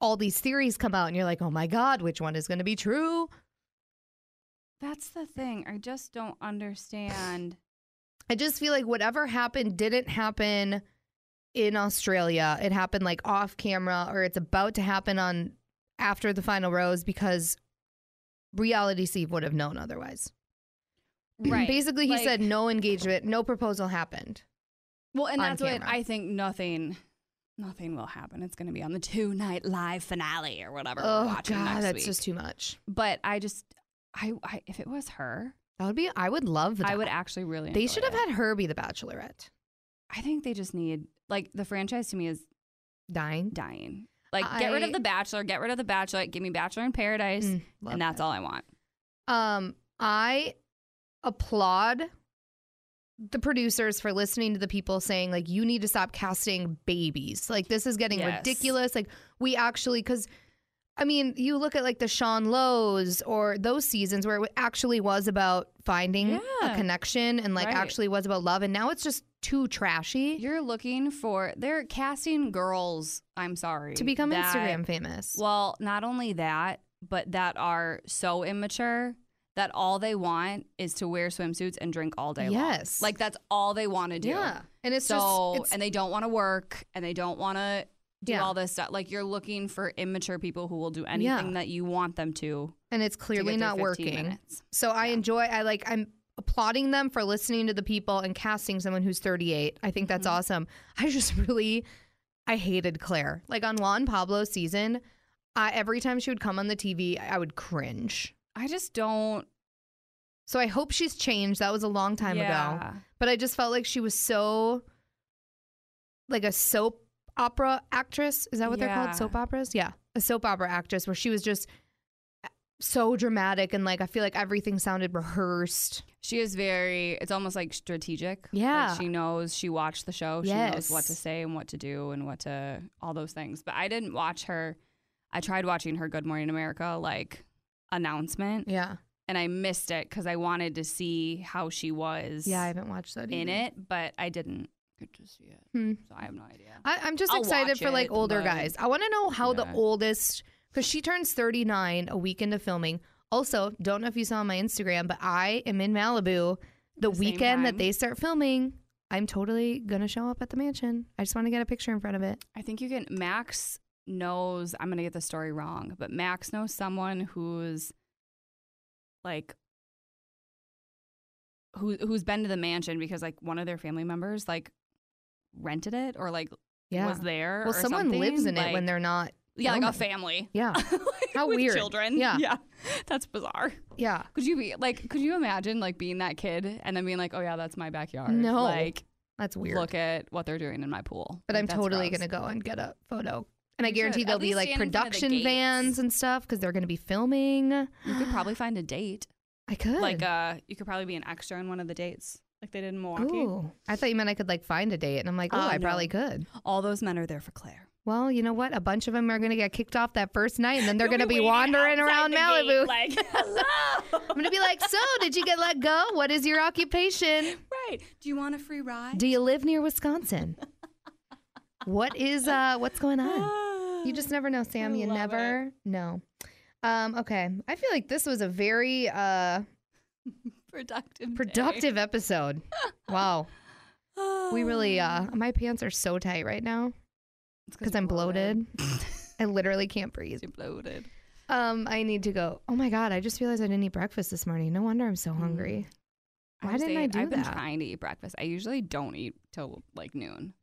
C: all these theories come out and you're like, oh my god, which one is going to be true?
D: that's the thing. I just don't understand.
C: I just feel like whatever happened didn't happen in Australia. It happened like off camera or it's about to happen on after the final rose because reality Steve would have known otherwise.
D: right.
C: Basically, he
D: Like-
C: said no engagement, no proposal happened.
D: Well, and
C: on
D: that's what
C: camera.
D: I think nothing nothing will happen. It's going to be on the two night live finale or whatever. we're
C: Oh
D: watching
C: god,
D: next
C: that's
D: week.
C: just too much.
D: But I just I, I if it was her,
C: That would be. I would love that.
D: I would actually really
C: They
D: enjoy
C: should have
D: it.
C: had her be the Bachelorette.
D: I think they just need like the franchise to me is
C: Dying.
D: dying. Like get rid
C: I-
D: of the Bachelor, get rid of the Bachelorette, give me Bachelor in Paradise,
C: Mm, love
D: and that's
C: that.
D: all I want.
C: Um, I applaud the producers for listening to the people saying like you need to stop casting babies. Like this is getting
D: Yes.
C: ridiculous. Like we actually cuz I mean, you look at like the Sean Lowe's or those seasons where it actually was about finding a
D: Yeah.
C: connection and like
D: Right.
C: actually was about love and now it's just too trashy
D: You're looking for they're casting girls. I'm sorry
C: to become
D: that-
C: Instagram famous.
D: Well, not only that, but that are so immature that all they want is to wear swimsuits and drink all day long.
C: Yes.
D: Like that's all they want to do.
C: yeah. And it's
D: so
C: just it's
D: and they don't want to work and they don't want to do
C: Yeah.
D: all this stuff. Like you're looking for immature people who will do anything
C: Yeah.
D: that you want them to.
C: and it's
D: to get
C: clearly
D: through
C: not
D: 15
C: working.
D: minutes.
C: So I
D: Yeah.
C: enjoy I like I'm applauding them for listening to the people and casting someone who's 38. I think
D: Mm-hmm.
C: that's awesome. I just (laughs) really I hated Claire. Like on Juan Pablo's season, I, every time she would come on the TV, I, I would cringe.
D: I just don't.
C: So I hope she's changed. That was a long time ago.
D: yeah.
C: But I just felt like she was so like a soap opera actress. Is that what they're
D: Yeah.
C: called? Soap operas? Yeah. A soap opera actress where she was just uh, so dramatic and like I feel like everything sounded rehearsed.
D: She is very. It's almost like strategic. Like,
C: Yeah.
D: she knows. She watched the show. She knows what to
C: Yes.
D: say and what to do and what to all those things. But I didn't watch her. I tried watching her Good Morning America like announcement,
C: Yeah.
D: and I missed it because I wanted to see how she was.
C: Yeah, I haven't watched that
D: in
C: either.
D: it, but I didn't get to see it.
C: Hmm.
D: So I have no idea.
C: I, I'm just
D: I'll
C: excited
D: watch
C: for like
D: it,
C: older
D: but-
C: guys. I want to know how the
D: Yeah.
C: oldest because she turns 39 a week into filming. Also, don't know if you saw on my Instagram, but I am in Malibu the,
D: The same
C: weekend that
D: time.
C: they start filming. I'm totally gonna show up at the mansion. I just want to get a picture in front of it.
D: I think you can. Max knows. I'm gonna get the story wrong, but Max knows someone who's like who who's been to the mansion because like one of their family members like rented it or like
C: Yeah.
D: was there.
C: well,
D: or
C: someone lives in
D: something,
C: it when
D: like-
C: they're
D: (laughs)
C: not.
D: yeah, like a
C: filming.
D: family.
C: Yeah.
D: (laughs) Like,
C: How
D: with
C: weird.
D: Children.
C: Yeah.
D: (laughs) yeah, that's bizarre.
C: Yeah.
D: Could you be like? Could you imagine like being that kid and then being like, "Oh yeah, that's my backyard."
C: No.
D: like
C: That's weird.
D: look at what they're doing in my pool.
C: but
D: Like,
C: I'm
D: that's
C: totally
D: gross.
C: gonna go and get a photo. And I
D: You should.
C: guarantee
D: At
C: there'll be
D: least
C: like
D: stand in front of the
C: production
D: gates.
C: vans and stuff because they're gonna be filming.
D: You could probably find a date.
C: I could.
D: Like uh, you could probably be an extra in one of the dates, like they did in Milwaukee.
C: Ooh, I thought you meant I could like find a date, and I'm like, oh,
D: Uh,
C: I
D: no.
C: probably could.
D: All those men are there for Claire.
C: Well, you know what? A bunch of them are going to get kicked off that first night, and then they're
D: You'll
C: going to be,
D: waiting
C: wandering around
D: outside the gate,
C: Malibu. (laughs)
D: like hello.
C: I'm going to be like, so did you get let go? What is your occupation?
D: right? Do you want a free ride?
C: Do you live near Wisconsin? What is uh? What's going on?
D: Ah,
C: You just never know, Sam.
D: I
C: You
D: love
C: never know. Um, okay, I feel like this was a very uh,
D: productive. day.
C: productive episode. Wow,
D: Ah.
C: we really uh, my pants are so tight right now
D: It's
C: because
D: you're
C: I'm bloated. (laughs) I literally can't breathe.
D: You're bloated.
C: Um, I need to go. Oh my god, I just realized I didn't eat breakfast this morning. No wonder I'm so hungry. Why
D: Mm. just
C: didn't I
D: ate-
C: do
D: I've been
C: that?
D: trying to eat breakfast. I usually don't eat till like noon,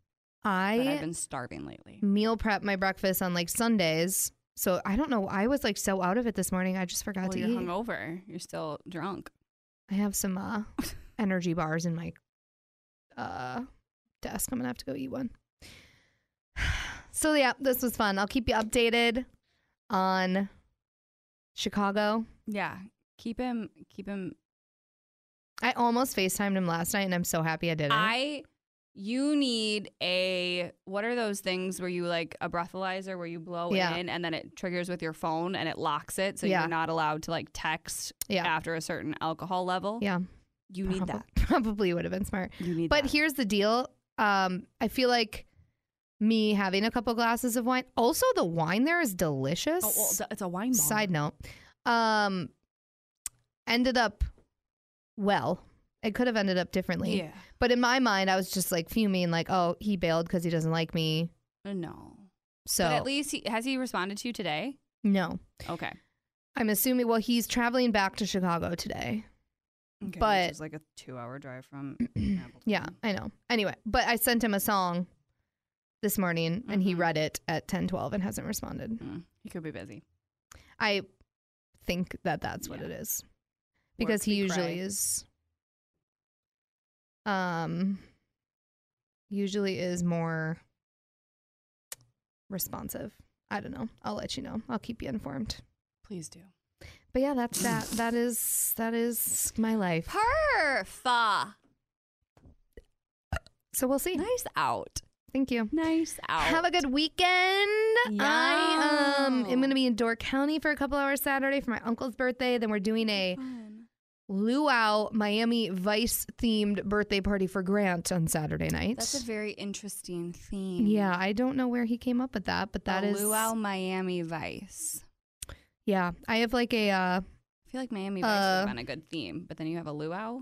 D: but I've
C: I
D: been starving lately.
C: meal prep my breakfast on like Sundays. So I don't know. I was like so out of it this morning. I just forgot
D: Well,
C: to
D: you're
C: eat.
D: hungover. You're still drunk.
C: I have some
D: (laughs)
C: uh energy bars in my uh desk. I'm gonna have to go eat one. (sighs) So yeah, this was fun. I'll keep you updated on Chicago.
D: Yeah, keep him. Keep him.
C: I almost FaceTimed him last night and I'm so happy I didn't.
D: I. You need a what are those things where you like a breathalyzer where you blow
C: Yeah.
D: in and then it triggers with your phone and it locks it so
C: Yeah.
D: you're not allowed to like text
C: yeah.
D: after a certain alcohol level.
C: Yeah.
D: You need
C: Probab-
D: that.
C: (laughs) Probably would have been smart.
D: You need
C: But
D: that.
C: here's the deal. Um, I feel like me having a couple glasses of wine. Also, the wine there is delicious.
D: Oh, well, it's a- it's a wine bar.
C: Side note, um, ended up well. It could have ended up differently.
D: Yeah.
C: But in my mind, I was just like fuming, like, oh, he bailed because he doesn't like me.
D: Uh, No.
C: So
D: but at least he, has he responded to you today?
C: no,
D: Okay.
C: I'm assuming. Well, he's traveling back to Chicago today.
D: Okay,
C: But-
D: which is like a two-hour drive
C: (clears throat)
D: from.
C: Yeah,
D: Appleton.
C: I know. Anyway, but I sent him a song this morning and he
D: Mhm.
C: read it at 10:12 and hasn't responded.
D: Mm, he could be busy
C: I think that that's what
D: Yeah.
C: it is because
D: Work,
C: he
D: we
C: usually
D: cry.
C: is um usually is more responsive. I don't know. I'll let you know. I'll keep you informed.
D: Please do.
C: But yeah, that's that that is that is my life.
D: Perfa.
C: So we'll see.
D: Nice out.
C: Thank you.
D: Nice out.
C: Have a good weekend. I um, am
D: Yeah.
C: going to be in Door County for a couple hours Saturday for my uncle's birthday. Then we're doing a luau Miami Vice themed birthday party for Grant on Saturday night.
D: That's a very interesting theme.
C: yeah, I don't know where he came up with that, but that
D: the
C: is
D: Luau Miami Vice.
C: yeah. I have like a uh,
D: I feel like Miami Vice would
C: Uh,
D: have been a good theme, but then you have a luau.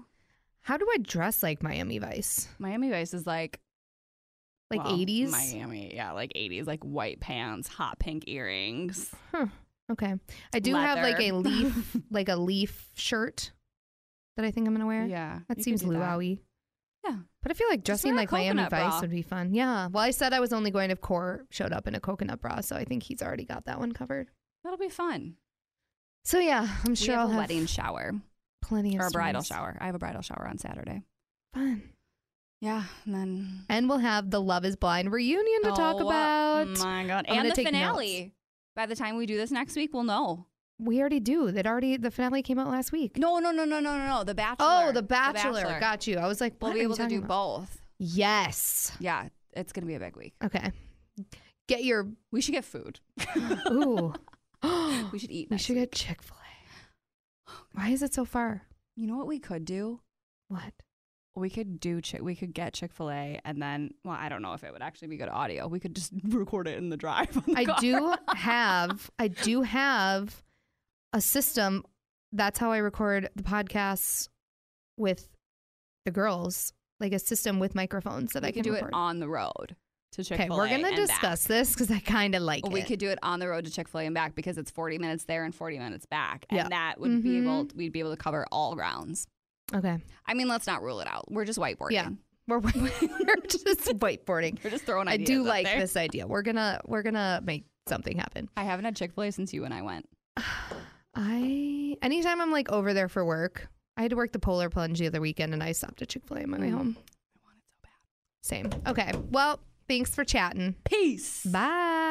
C: how do I dress like Miami Vice?
D: Miami Vice is like
C: Like
D: well,
C: 80s?
D: Miami, yeah, like 80s, like white pants, hot pink earrings.
C: Huh. Okay. I do have like a
D: leather.
C: leaf
D: (laughs)
C: like a leaf shirt that I think I'm gonna wear.
D: Yeah,
C: That
D: you could
C: seems
D: do that.
C: luau-y.
D: Yeah.
C: But I feel like
D: Just
C: dressing
D: wear a
C: like Miami
D: coconut
C: Vice
D: bra.
C: would be fun. Yeah. Well, I said I was only going if Core showed up in a coconut bra, so I think he's already got that one covered.
D: That'll be fun.
C: So yeah, I'm
D: We
C: sure
D: have
C: I'll
D: a
C: have
D: wedding shower
C: plenty of
D: or a bridal
C: stories.
D: shower. I have a bridal shower on Saturday.
C: Fun.
D: Yeah, and then
C: And we'll have the Love Is Blind reunion to talk
D: Oh,
C: about.
D: My God,
C: I'm gonna
D: and the
C: take
D: finale. By the time we do this next week, we'll know.
C: we already do. That already the finale came out last week.
D: No, no, no, no, no, no, no. The Bachelor.
C: Oh, the Bachelor. Got you. I was like,
D: We'll
C: what
D: be
C: are you
D: able to
C: talking
D: do
C: about?
D: both.
C: Yes.
D: Yeah, it's gonna be a big week.
C: Okay. Get your
D: We should get food. (gasps)
C: ooh. (gasps)
D: we should eat.
C: we
D: next
C: should get
D: week.
C: Chick
D: (gasps)
C: Fil A. Why is it so far?
D: You know what we could do?
C: What?
D: we could do Chick. We could get Chick Fil A, and then well, I don't know if it would actually be good audio. We could just (laughs) record it in the drive. on (laughs) the
C: I
D: car.
C: do have I do have a system. That's how I record the podcasts with the girls, like a system with microphones that
D: we
C: I can
D: could do
C: record.
D: it on the road to Chick
C: okay,
D: Fil A.
C: we're gonna discuss this because I kind of like
D: we
C: it.
D: could do it on the road to Chick Fil A and back because it's forty minutes there and forty minutes back, and
C: Yeah. Mm-hmm.
D: that would be able. We'd be able to cover all grounds.
C: okay,
D: I mean, let's not rule it out. We're just whiteboarding.
C: Yeah.
D: (laughs)
C: we're, (laughs) we're just whiteboarding.
D: We're just throwing
C: I
D: ideas.
C: do
D: out
C: like
D: there.
C: this idea. We're gonna we're gonna make something happen.
D: I haven't had Chick Fil A since you and I went.
C: I anytime I'm like over there for work. I had to work the polar plunge the other weekend, and I stopped at Chick Fil A on my
D: Mm.
C: way home.
D: I want it so bad.
C: Same. Okay. Well, thanks for chatting.
D: Peace.
C: Bye.